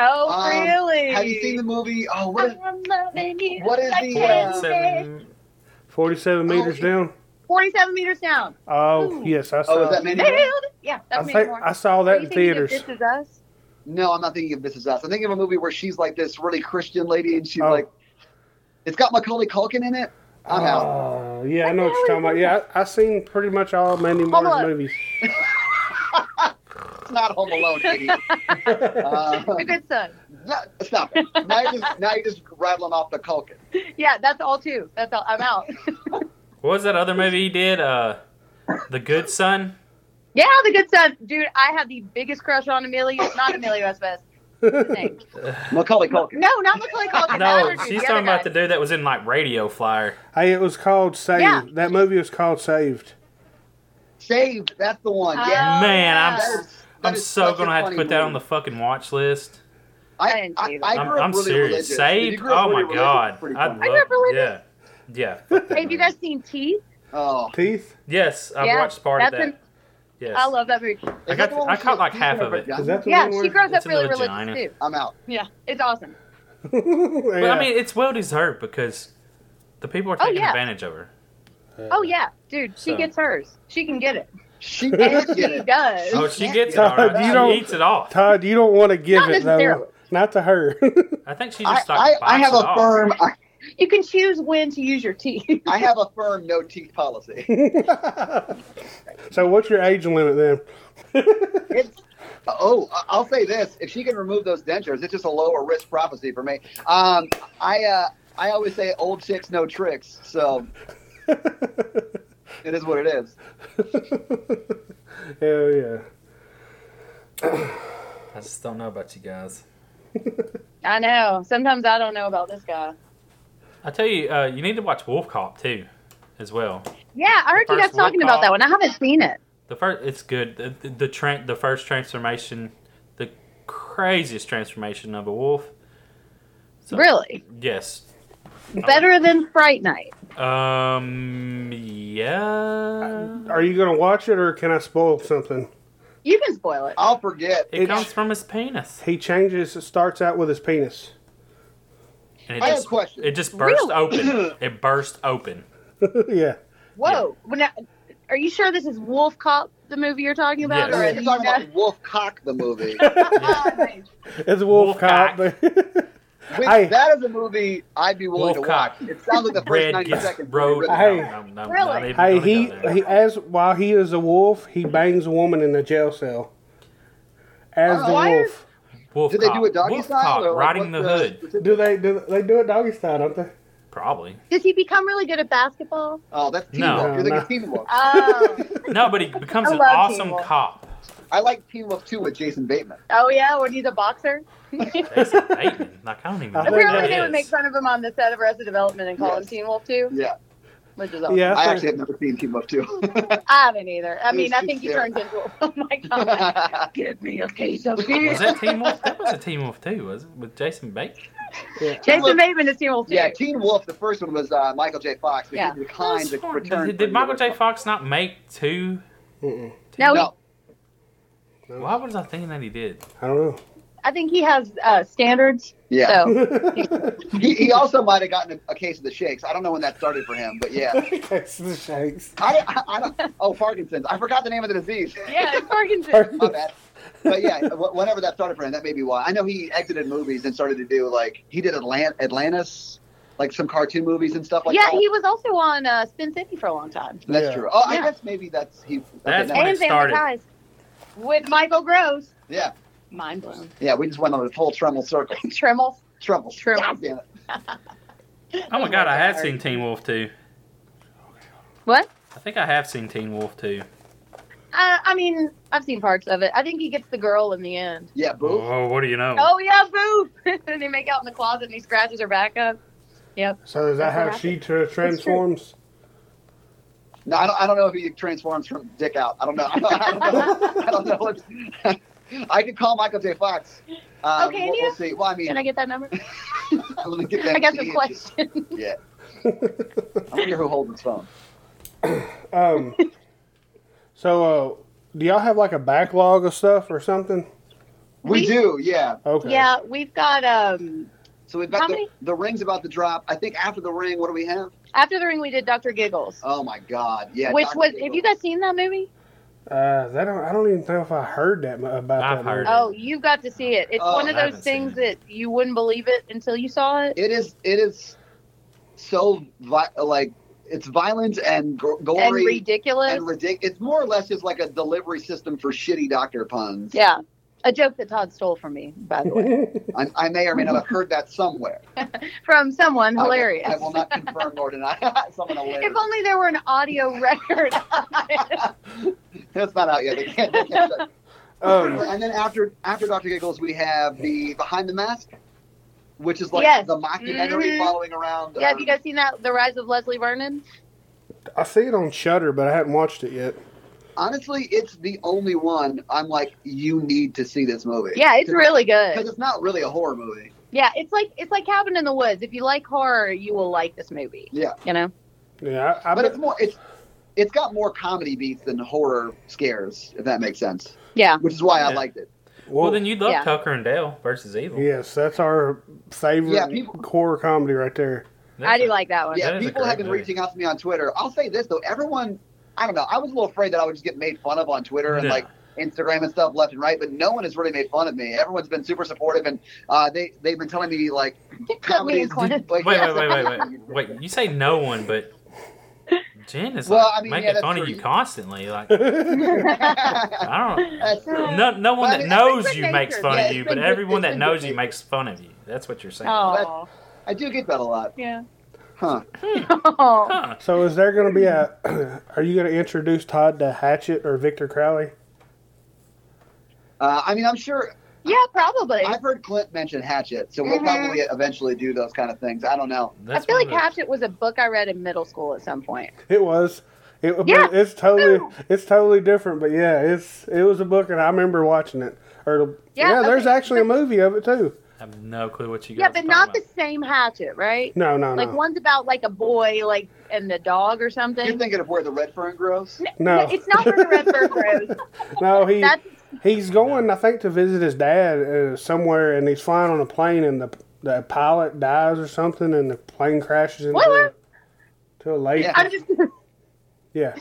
S7: Oh,
S6: Um,
S7: really?
S6: Have you seen the movie? Oh, what is
S7: I'm loving you.
S6: what is
S7: I
S6: the,
S7: can't
S6: uh,
S7: say.
S4: Seven-
S5: Forty-seven
S6: Oh,
S5: meters
S6: yeah.
S5: down.
S7: 47 meters down.
S5: Oh
S7: Ooh.
S5: yes, I saw.
S6: Oh, is that Mandy?
S7: Nailed
S6: Moore?
S7: it. Yeah,
S5: I
S7: that's me
S5: think
S7: more.
S5: I saw
S7: Are
S5: that in
S7: you thinking of
S5: theaters.
S7: This is us.
S6: No, I'm not thinking of This Is Us. I'm thinking of a movie where she's like this really Christian lady, and she's
S5: Oh.
S6: like, it's got Macaulay Culkin in it. I'm
S4: Oh.
S6: out.
S5: Uh, yeah, I know what you're talking about. Yeah, I, I seen pretty much all Mandy Moore's
S7: on.
S5: movies.
S6: It's not Home
S7: *laughs*
S6: Alone, Katie. uh,
S7: The good son.
S6: no, stop it. Now you're, just, now you're just rattling off the Culkin.
S7: Yeah, that's all too. That's all. I'm out.
S4: What was that other movie he did? Uh, The Good Son.
S7: yeah, the good son, dude. I had the biggest crush on Emilio, not Emilio Estevez. What's
S4: *laughs*
S7: his name?
S6: Macaulay Culkin.
S7: No, not Macaulay Culkin. the
S4: No,
S7: other dude,
S4: she's talking
S7: the other guy.
S4: about the dude that was in like Radio Flyer.
S5: Hey, it was called Saved.
S7: Yeah.
S5: That movie was called Saved.
S6: Saved. That's the one. Yeah.
S7: Oh,
S4: Man, I'm
S7: yeah.
S6: That is- that
S4: I'm
S6: is
S4: so
S6: such a
S4: gonna have to
S6: funny
S4: put that on the
S6: movie.
S4: fucking watch list.
S7: I
S6: I,
S7: didn't see
S6: I,
S7: that.
S6: I
S4: I'm,
S6: grew up
S4: I'm
S6: really
S4: serious.
S6: religious. You
S4: Saved.
S6: grew up
S4: Oh my
S6: really religious?
S4: god.
S6: Pretty
S4: I
S6: funny.
S7: I
S4: love.
S7: grew up
S4: Yeah.
S7: religious.
S4: Yeah.
S7: Have you guys seen Teeth?
S6: Oh,
S5: Teeth.
S4: Yes, I
S7: Yeah,
S4: watched part of
S7: that's
S4: that.
S7: an-
S4: yes.
S7: I love that movie.
S4: I got- I caught, like, half of it.
S5: Is that the
S7: Yeah,
S5: one?
S7: she grows
S4: It's
S7: up
S4: in
S7: really
S4: the
S7: religious
S4: vagina.
S7: too.
S6: I'm out.
S7: Yeah, it's awesome.
S5: *laughs* yeah.
S4: But I mean, it's well deserved because the people are
S7: Oh,
S4: taking
S7: yeah.
S4: advantage of her.
S7: Oh yeah, dude, she
S4: So-
S7: gets hers. She can get it.
S5: *laughs*
S6: She can't
S4: *laughs*
S6: get
S7: She
S6: it.
S7: does.
S4: Oh, she gets it.
S5: Todd,
S4: All right.
S5: you
S4: she
S5: don't-
S4: eats it off.
S5: Todd, you don't want to give
S7: Not
S5: it
S7: necessarily.
S5: though. Not to her. *laughs*
S4: I think she
S6: I,
S4: just like
S6: I,
S4: bites
S6: I have
S4: it
S6: a
S4: off.
S6: firm I,
S7: You can choose when to use your teeth. *laughs*
S6: I have a firm no teeth policy. *laughs*
S5: so what's your age limit then?
S6: It's, oh, I- I'll say this: if she can remove those dentures, it's just a lower risk prophecy for me. Um, I uh, I always say old chicks no tricks,
S5: *laughs*
S6: so it is what it is.
S5: Hell yeah.
S4: I just don't know about you guys.
S7: I know. Sometimes I don't know about this guy.
S4: I tell you, uh, you need to watch Wolf Cop too, as well.
S7: Yeah, I heard you
S4: first
S7: guys talking
S4: roll
S7: about
S4: call.
S7: that one. I haven't seen it.
S4: The first, it's good. The the, the, tran the first transformation, the craziest transformation of a wolf. So-
S7: Really?
S4: Yes.
S7: Better than Fright Night.
S4: Um. Yeah.
S5: Are you gonna watch it or can I spoil something?
S7: You can spoil it.
S6: I'll forget.
S4: It comes from his penis,
S5: He changes. Starts out with his penis. *laughs*
S4: and it
S6: I have a
S4: just
S6: question.
S4: it just burst
S7: Really?
S4: open. It burst open.
S5: yeah.
S7: Whoa. Well, now, are you sure this is Wolf Cop, the movie you're talking about?
S4: Yes.
S7: Or
S6: You're
S7: is
S6: talking
S7: it-
S6: about Wolf Cock the movie.
S4: *laughs*
S5: It's a wolf,
S4: Wolf
S5: cop. *laughs*
S6: Which,
S5: Hey.
S6: that is a movie I'd be
S4: Wolf
S6: willing to watch.
S4: Cock.
S6: It sounds like the first
S4: Red
S6: ninety
S4: gets
S6: seconds.
S4: road.
S6: were
S5: Hey.
S6: written
S4: No, no, no,
S7: Really?
S4: not even
S5: hey,
S4: gonna
S5: he
S4: go there.
S5: he as while he is a wolf, he bangs a woman in a jail cell. As the
S7: Oh, Why
S5: wolf.
S4: Wolf
S6: Did they do
S4: Cop.
S6: a doggy
S4: Wolf
S6: style,
S4: Cop,
S6: or like,
S4: riding the
S6: what's the-
S4: hood.
S5: Do they do they do it doggy style? Don't they?
S4: Probably.
S7: Does he become really good at basketball?
S6: Oh, that's Teen
S4: No.
S6: Wolf. You're thinking
S5: No.
S6: Teen Wolf.
S7: Oh,
S4: No,
S7: *laughs*
S4: but he becomes
S7: I
S4: an
S7: love
S4: awesome
S7: people.
S4: cop.
S6: I like Teen Wolf too with Jason Bateman.
S7: oh yeah, when he's a boxer.
S4: Jason Bateman. Like I don't even know. who
S7: Apparently,
S4: that
S7: they
S4: is.
S7: would make fun of him on the set of Arrested Development and call him
S6: Yes.
S7: Teen Wolf too,
S6: Yeah,
S7: which is awesome.
S5: Yeah.
S6: I
S5: That's
S6: actually have never seen Teen Wolf
S7: *laughs*
S6: too.
S7: I haven't either. I
S6: It
S7: mean,
S6: was
S7: I
S6: too
S7: think he
S6: scary.
S7: turns into. a- Oh my god!
S6: *laughs*
S7: Give me a case of beer.
S4: Was that Team Wolf? That was a Team Wolf too, was it? With Jason Bates?
S7: Jason Bateman is Teen Wolf too.
S6: Yeah, Teen Wolf. The first one was uh, Michael J. Fox.
S7: Yeah.
S6: Yeah, he declined to return.
S4: Did,
S6: for
S4: did
S6: the
S4: Michael J.
S6: original.
S4: Fox not make two?
S5: Mm-mm.
S7: no, he-
S6: No,
S4: Why was I thinking that he did?
S5: I don't
S7: I think he has uh, standards.
S5: *laughs*
S6: yeah.
S7: So
S5: know.
S6: He, he also might have gotten a, a case of the shakes. I don't know when that started for him, but yeah.
S5: That's the shakes.
S6: I, don't- I, I don't. Oh, Parkinson's. I forgot the name of the disease.
S7: *laughs* yeah, it's Parkinson's.
S6: *laughs* My
S5: Pardon.
S6: bad. But yeah, wh- whenever that started for him, that may be why. I know he exited movies and started to do like he did Atlant- Atlantis, like some cartoon movies and stuff like
S7: yeah,
S6: that.
S7: he was also on uh, Spin City for a long time.
S6: That's
S5: Yeah.
S6: true. Oh, I
S7: Yeah.
S6: guess maybe that's he. okay,
S4: That's
S6: now-
S4: when it
S7: and Family
S4: started.
S7: Ties with Michael Gross.
S6: yeah,
S7: Mind blown. *laughs*
S6: yeah. We just went on a full Tremble circle.
S7: Trembles.
S6: Tremble.
S7: Tremble.
S6: God damn it.
S4: Oh my god, I had seen Teen Wolf too.
S7: What?
S4: I think I have seen Teen Wolf too.
S7: Uh, I mean, I've seen parts of it. I think he gets the girl in the end.
S6: Yeah, boo.
S4: Oh, what do you know?
S7: Oh yeah, boob. *laughs* and they make out in the closet, and he scratches her back up.
S5: So is that
S7: That's
S5: how
S7: what
S5: she tra-
S7: *laughs*
S5: transforms?
S6: No, I don't, I don't know if he transforms from *laughs*
S5: *laughs*
S6: dick out. I don't know. I don't, I don't know. I don't know. What, I could call Michael J. Fox. Um,
S7: Okay,
S6: we'll,
S7: yeah.
S6: we'll see. Well, I mean,
S7: Can I get that number?
S6: *laughs* let me get that
S7: I got
S6: to
S7: the
S6: Ian.
S7: question.
S6: Yeah. I wonder who holds his phone.
S5: Um, so, uh, do y'all have like a backlog of stuff or something?
S6: We,
S7: We-
S6: do, yeah.
S5: Okay.
S7: *laughs* Yeah, we've got um
S6: So we've got
S7: How
S6: the,
S7: many?
S6: the rings about to drop. I think after the ring, what do we have?
S7: after the ring we did Dr. Giggles.
S6: Oh my God, yeah.
S7: which
S6: Dr.
S7: was
S6: Evil.
S7: have you guys seen that movie?
S5: Uh, that don't, I don't even know if I heard that mu- about
S4: I've
S5: that.
S4: heard
S5: movie.
S7: Oh, you've got to see it. It's
S6: Oh,
S7: one of
S4: I
S7: those
S4: haven't seen
S7: things that you wouldn't believe it until you saw it.
S6: It is. It is so vi- like it's violent and gr-
S7: and
S6: gory
S7: ridiculous.
S6: and ridic- It's more or less just like a delivery system for shitty doctor puns.
S7: yeah. A joke that Todd stole from me,
S5: *laughs*
S7: by the way.
S6: I, I may or may not have heard that somewhere.
S7: from someone
S6: I will-
S7: *laughs* hilarious.
S6: I will, not confirm nor deny. *laughs* Someone hilarious.
S7: If only there were an audio *laughs* record. of it.
S6: That's not out yet. They can't- they
S7: *laughs*
S6: can't-
S5: Um,
S6: and then after after Doctor Giggles, we have the Behind the Mask, which is like
S7: Yes.
S6: the mockumentary
S7: Mhm.
S6: following around.
S7: yeah, have
S6: um,
S7: you guys seen that? The Rise of Leslie Vernon?
S5: I see it on Shutter, but I hadn't watched it yet.
S6: honestly, it's the only one I'm like, you need to see this movie.
S7: Yeah, it's really good.
S6: because it's not really a horror movie.
S7: Yeah, it's like it's like Cabin in the Woods. If you like horror, you will like this movie.
S6: Yeah.
S7: You know?
S5: Yeah, I, I
S6: but
S5: bet-
S6: it's more it's it's got more comedy beats than horror scares, if that makes sense.
S7: Yeah.
S6: Which is why I
S4: Yeah.
S6: liked it.
S5: well,
S4: Well, then you'd love
S7: Yeah.
S4: Tucker and Dale versus Evil.
S5: yes, that's our favorite
S6: Yeah, people-
S5: horror comedy right there. *laughs*
S4: That's
S7: I do
S4: a-
S7: like that one.
S4: That
S6: Yeah,
S4: is a
S6: people have
S4: great
S6: been
S4: movie.
S6: reaching out to me on Twitter. I'll say this though, everyone I don't know, I was a little afraid that I would just get made fun of on Twitter and
S4: No.
S6: like Instagram and stuff left and right, but no one has really made fun of me. Everyone's been super supportive and uh, they they've been telling me like comedy is
S7: Wait,
S4: Wait,
S6: like,
S4: wait, wait, wait,
S6: *laughs*
S4: wait. Wait, you say no one, but Jen is
S6: Well,
S4: like
S6: I mean, yeah,
S4: making
S6: that's
S4: fun of
S6: true.
S4: you constantly. Like
S6: wait.
S4: I don't
S6: That's true. *laughs*
S4: No, no one
S6: But
S4: that
S6: it's
S4: knows
S7: been
S4: you
S7: nature.
S4: makes fun
S6: Yeah,
S4: of
S6: it's
S4: you,
S6: been
S4: but
S6: good-
S4: everyone
S6: it's
S4: that
S6: been
S4: knows
S6: good
S4: you
S6: nature.
S4: makes fun of you. That's what you're saying.
S7: Oh.
S6: I do get that a lot.
S7: Yeah.
S6: Huh.
S7: Oh.
S4: Huh.
S5: So, is there going to be a? *clears throat* are you going to introduce Todd to Hatchet or Victor Crowley? *laughs*
S6: Uh, I mean I'm sure
S7: *laughs* Yeah, probably. I,
S6: I've heard Clint mention Hatchet, so we'll
S7: Mhm.
S6: probably eventually do those kind of things. I don't know.
S4: That's
S7: feel
S4: one
S7: like
S4: of the-
S7: Hatchet was a book I read in middle school at some point.
S5: It was. It, but
S7: Yeah.
S5: it's totally
S7: Boom.
S5: it's totally different, but yeah, it's it was a book, and I remember watching it. Or yeah,
S7: Yeah,
S5: there's
S7: okay.
S5: actually a movie of it too.
S4: I have no clue what you guys
S7: Yeah,
S4: are
S7: but
S4: talking
S7: not the
S4: about.
S7: same Hatchet, right?
S5: No, no,
S7: Like
S5: no,
S7: one's about like a boy, like and the dog or
S6: You're
S7: something.
S6: thinking of where the red fern grows?
S5: No.
S7: it's not where the red fern grows.
S5: no. He
S7: That's
S5: he's going, I think, to visit his dad uh, somewhere, and he's flying on a plane, and the the pilot dies or something, and the plane crashes into
S7: What?
S5: a- to a lake.
S6: Yeah.
S7: I'm just
S5: Yeah.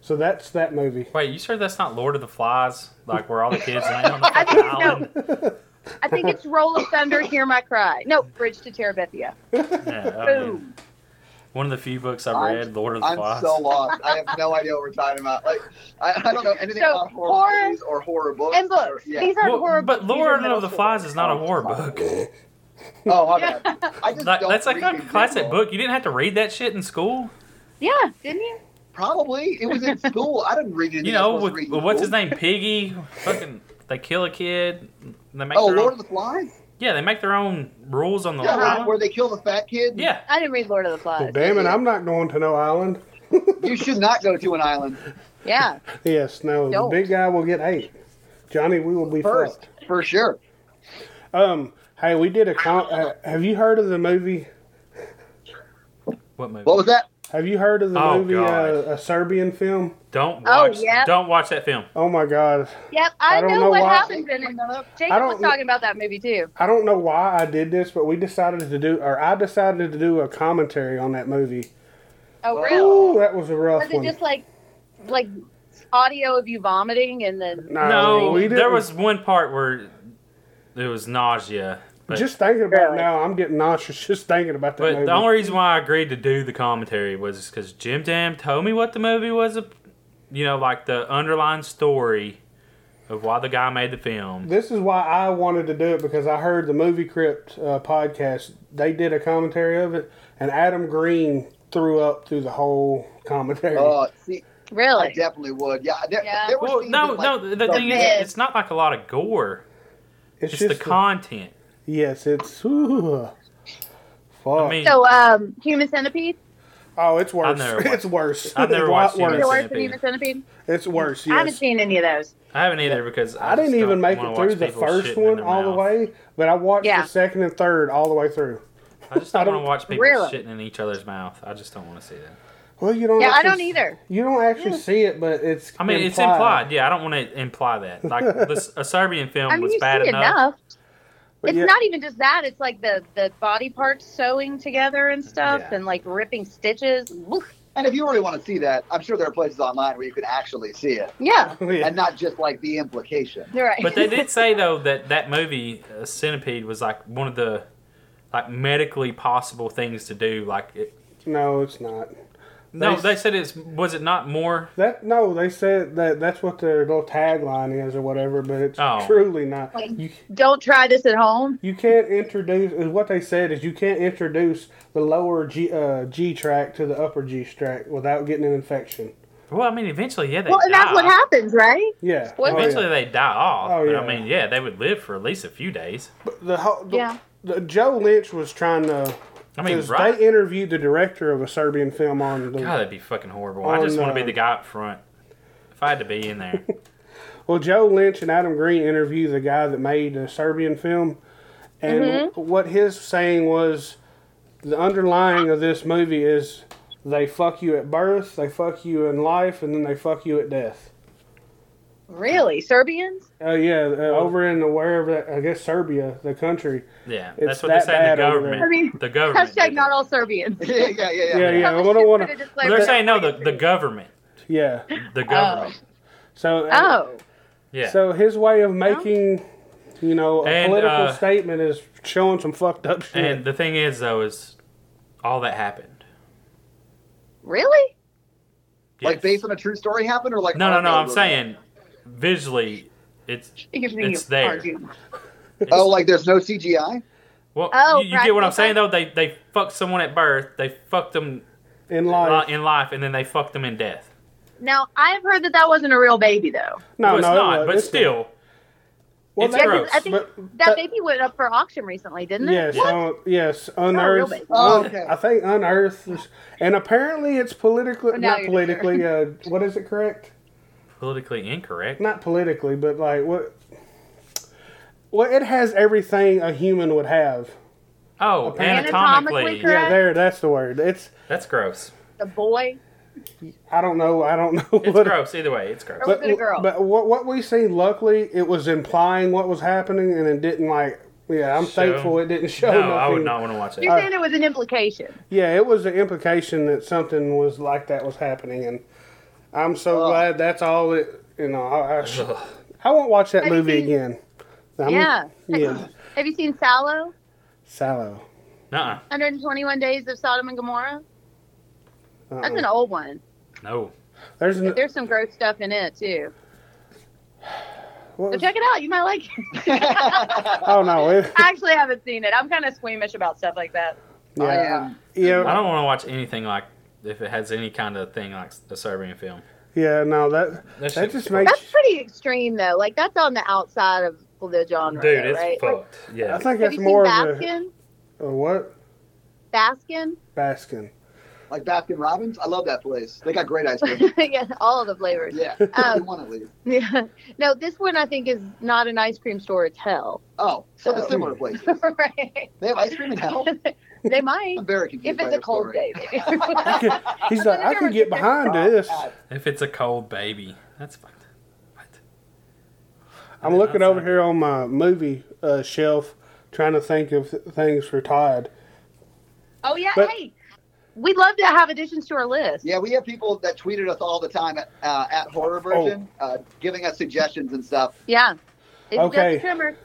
S5: So that's that movie.
S4: Wait, you sure that's not Lord of the Flies? Like where all the kids land
S6: *laughs*
S4: on the
S7: I
S4: fucking
S7: think
S4: island?
S7: I
S5: *laughs*
S7: think it's Roll of Thunder, Hear My Cry. No, Bridge to Terabithia.
S4: Yeah, I mean,
S7: Boom.
S4: one of the few books I've
S6: I'm-
S4: read, Lord of the
S6: I'm
S4: Flies.
S6: so lost. I have no idea what we're talking about. Like, I, I don't know anything
S7: So,
S6: about horror,
S7: horror
S6: movies or horror books.
S7: And
S6: or-
S7: books.
S6: yeah.
S7: These aren't
S4: Well,
S7: horror
S4: but
S7: these are
S4: Lord
S7: middle
S4: of the
S7: school
S4: Flies
S7: books.
S4: is not a war book.
S6: Oh, my bad. I just
S4: Like,
S6: don't
S4: that's like
S6: read
S4: a
S6: in
S4: classic
S6: general.
S4: book. You didn't have to read that shit in school.
S7: Yeah, didn't you?
S6: Probably it was in school. I didn't read anything.
S4: You
S6: I
S4: know,
S6: was supposed to
S4: with,
S6: read in
S4: with what's
S6: school.
S4: his name, Piggy? Fucking, they kill a kid. and They make
S6: Oh,
S4: their
S6: Lord
S4: own,
S6: of the Flies.
S4: yeah, they make their own rules on the
S6: Yeah, where,
S4: island.
S6: where they kill the fat kid.
S4: yeah,
S7: I didn't read Lord of the
S5: Well,
S7: Flies.
S5: damn it, I'm not going to no island.
S6: You should not go to an island
S5: *laughs*
S7: Yeah.
S5: Yes, no.
S7: Don't.
S5: The big guy will get ate. Johnny, we will be
S6: first,
S5: fucked.
S6: for sure.
S5: Um, hey, we did a con- uh, Have you heard of the movie?
S4: What movie?
S6: What was that?
S5: Have you heard of the
S4: Oh,
S5: movie?
S4: God.
S5: Uh, a Serbian film.
S4: Don't
S7: Oh,
S4: watch.
S7: yeah.
S4: Don't watch that film.
S5: Oh my God,
S7: Yep, I,
S5: I don't
S7: know,
S5: know
S7: what
S5: why-
S7: happened in it.
S5: I
S7: Jacob
S5: don't-
S7: was talking about that movie too.
S5: I don't know why I did this, but we decided to do, or I decided to do a commentary on that movie.
S7: Oh, really?
S5: Ooh, that was a rough
S7: Was it
S5: one.
S7: just like, like audio of you vomiting and then?
S4: No,
S5: Oh, we didn't.
S4: there was one part where it was nausea. But,
S5: *laughs* Just thinking about
S7: Really?
S5: it now, I'm getting nauseous *laughs* just thinking about that
S4: but
S5: movie.
S4: the only reason why I agreed to do the commentary was because Jim Dam told me what the movie was, a- you know, like the underlying story of why the guy made the film.
S5: This is why I wanted to do it because I heard the Movie Crypt uh, podcast. They did a commentary of it, and Adam Green threw up through the whole commentary.
S6: Oh, see, I
S7: Really?
S6: definitely would. Yeah, there,
S7: Yeah.
S6: there were
S4: Well,
S6: scenes
S4: no,
S6: in,
S4: no.
S6: like,
S4: The, the thing is,
S7: Yeah.
S4: it's not like a lot of gore. It's the content.
S5: yes, it's ooh, fuck.
S4: I mean,
S7: So, um, Human Centipede.
S5: Oh, it's worse.
S4: never watched-
S5: *laughs* it's worse.
S4: I've never
S5: A
S4: watched
S5: lot
S4: Human
S5: worse.
S4: Centipede.
S7: Yours and Human Centipede.
S5: It's worse.
S7: I haven't
S5: Yes.
S7: seen any of those.
S4: I haven't either because I,
S5: I didn't
S4: just
S5: even
S4: don't
S5: make
S4: wanna
S5: it
S4: watch
S5: through the
S4: people
S5: first
S4: shitting in
S5: one
S4: their
S5: all the
S4: mouth.
S5: way, but I watched
S7: Yeah.
S5: the second and third all the way through.
S4: I just don't
S5: *laughs* I
S4: want
S5: don't-
S4: to watch people
S7: Really?
S4: shitting in each other's mouth. I just don't want to see that.
S5: Well, you don't.
S7: Yeah, I
S5: actually
S7: don't
S5: s-
S7: either.
S5: You don't actually see it, but it's.
S4: I mean, it's implied. Yeah, I don't want to imply that.
S5: *laughs*
S4: Like this, a Serbian film
S7: I mean,
S4: was
S7: you
S4: bad
S7: see
S4: enough.
S7: enough.
S5: But
S7: it's
S5: yeah.
S7: not even just that. It's like the the body parts sewing together and stuff,
S4: Yeah.
S7: and like ripping stitches. Woof.
S6: And if you really want to see that, I'm sure there are places online where you can actually see it,
S7: Yeah,
S5: *laughs* Yeah.
S6: and not just like the implication.
S7: *laughs* you're right.
S4: But they did
S7: *laughs*
S4: say though that that movie uh, Centipede was like one of the like medically possible things to do. Like it,
S5: No, it's not.
S4: no,
S5: They-
S4: they said it's was it not more
S5: That no, they said that that's what their little tagline is or whatever, but it's
S4: Oh.
S5: truly not.
S7: Like-
S5: You
S7: Don't try this at home.
S5: you can't introduce is what they said is you can't introduce the lower G uh, G tract to the upper G tract without getting an infection.
S4: Well, I mean, eventually, yeah, they
S7: Well, and
S4: die.
S7: that's what happens, right?
S5: Yeah.
S7: Well,
S5: Oh, yeah.
S4: Eventually, they die off.
S5: Oh,
S4: but
S5: yeah.
S4: I mean, yeah, they would live for at least a few days.
S5: the, whole- the,
S7: Yeah.
S5: the Joe Lynch was trying to.
S4: I mean,
S5: 'cause
S4: right.
S5: they interviewed the director of a Serbian film on the.
S4: God, that'd be fucking horrible. I just
S5: On,
S4: want to
S5: uh,
S4: be the guy up front. If I had to be in there,
S5: *laughs* Well, Joe Lynch and Adam Green interviewed the guy that made the Serbian film, and what his saying was, the underlying of this movie is they fuck you at birth, they fuck you in life, and then they fuck you at death.
S7: Really, Serbians?
S5: Oh yeah, uh, over in the wherever that, I guess Serbia, the country.
S4: yeah, that's
S5: It's
S4: what they
S5: that
S4: say in the
S5: bad over
S4: government.
S5: there.
S7: I mean,
S4: the government.
S7: *laughs* Hashtag
S4: did
S7: not
S4: it.
S7: all Serbians.
S6: yeah, yeah, yeah.
S5: Yeah,
S7: *laughs*
S5: yeah. I
S7: Probably
S5: don't
S7: should
S5: want
S7: put a
S4: Well,
S5: to.
S7: disclaimer.
S4: they're saying no. The the government.
S5: Yeah.
S4: The government.
S5: So.
S7: Oh,
S4: Yeah.
S5: So his way of making, you know, a
S4: And,
S5: political
S4: uh,
S5: statement is showing some fucked up shit.
S4: and the thing is, though, is all that happened.
S7: really?
S6: Like
S4: Yes.
S6: based on a true story happened, or like
S4: No, no, no. I'm saying visually, it's
S7: It gives me
S4: It's there.
S7: argument.
S6: *laughs* Oh, like there's no *laughs*
S7: *laughs*
S6: CGI.
S4: well.
S7: Oh,
S4: you, you get what
S7: practical
S4: I'm saying, though. They they fucked someone at birth. They fucked them
S5: in life,
S4: uh, in life, and then they fucked them in death.
S7: Now I've heard that that wasn't a real baby though.
S5: no,
S4: Well, it's
S5: no,
S4: not,
S5: it-
S4: but
S5: it's not.
S4: still,
S5: Well,
S4: it's
S7: Yeah, 'cause
S4: gross.
S7: I think
S5: But-
S7: that
S5: but-
S7: baby went up for auction recently, didn't it?
S5: Yes, un- yes,
S7: real
S5: unearth.
S7: baby.
S6: Oh, okay.
S5: I think unearth, is- and apparently it's politically
S7: Well, now
S5: not
S7: you're
S5: politically. Uh, what is it? Correct?
S4: politically incorrect.
S5: Not politically, but like what? Well, it has everything a human would have.
S4: Oh,
S7: Anatomically
S4: anatomically,
S7: correct.
S5: Yeah, there. That's the word. It's.
S4: that's gross.
S7: The boy.
S5: I don't know. I don't *laughs* know
S4: It's
S5: what.
S4: gross either way. It's gross.
S7: Or was it a girl?
S5: But what what we see, luckily, it was implying what was happening, and it didn't like. Yeah, I'm
S4: Show.
S5: thankful it didn't show.
S4: no,
S5: nothing.
S4: I would not want to watch that.
S7: You're saying it was an implication.
S5: Yeah, it was an implication that something was like that was happening, and I'm so glad that's all it. You know, I, I, sh- I won't watch that
S7: Have you
S5: movie
S7: seen-
S5: again. I'm-
S7: yeah.
S5: yeah,
S7: Have you seen Sallow?
S5: Sallow.
S4: *laughs* Nuh-uh.
S7: 121 Days of Sodom and Gomorrah? That's an
S5: Uh-uh.
S7: old one.
S4: No.
S5: There's an,
S7: But there's some gross stuff in it too.
S5: what
S7: So
S5: was-
S7: check it out. You might like it.
S5: oh no, it,
S7: I actually haven't seen it. I'm kind of squeamish about stuff like that.
S5: yeah,
S6: I am.
S5: yeah,
S4: Oh, I don't want to watch anything like if it has any kind of thing like a Serbian film.
S5: yeah. No, that
S4: That
S5: that
S4: shit's
S5: just
S4: fucked.
S5: makes.
S7: That's pretty extreme though. Like that's on the outside of the genre,
S4: Dude,
S7: though,
S4: it's
S7: right? Like,
S4: fucked. Yeah.
S5: I think
S7: have
S5: that's
S7: you
S5: more of
S7: seen
S5: a,
S7: Baskin?
S5: a what
S7: Baskin? *laughs*
S5: Baskin.
S6: Like Baskin Robbins, I love that place. They got great ice
S7: *laughs*
S6: cream.
S7: yeah, all of the flavors.
S6: yeah,
S7: Um,
S6: we want to leave.
S7: Yeah. No, this one I think is not an ice cream store. It's hell. *laughs*
S6: Oh, so the similar place.
S7: right?
S6: They have ice cream in
S7: *laughs*
S6: hell. *laughs*
S7: They might,
S6: I'm very confused.
S7: if
S6: by
S7: it's a
S6: your
S7: cold
S6: story.
S7: day. maybe.
S5: He's like, I can get behind
S4: Oh,
S5: this.
S6: Uh,
S4: If it's a cold baby, that's fucked. What?
S5: I'm looking over here on my movie uh, shelf, trying to think of th- things for Todd.
S7: oh yeah,
S5: But-
S7: hey, we'd love to have additions to our list.
S6: Yeah, we have people that tweeted us all the time at, uh, at Horror Version, uh, giving us suggestions and stuff.
S7: Yeah. It's
S5: Okay.
S7: Just Trimmer.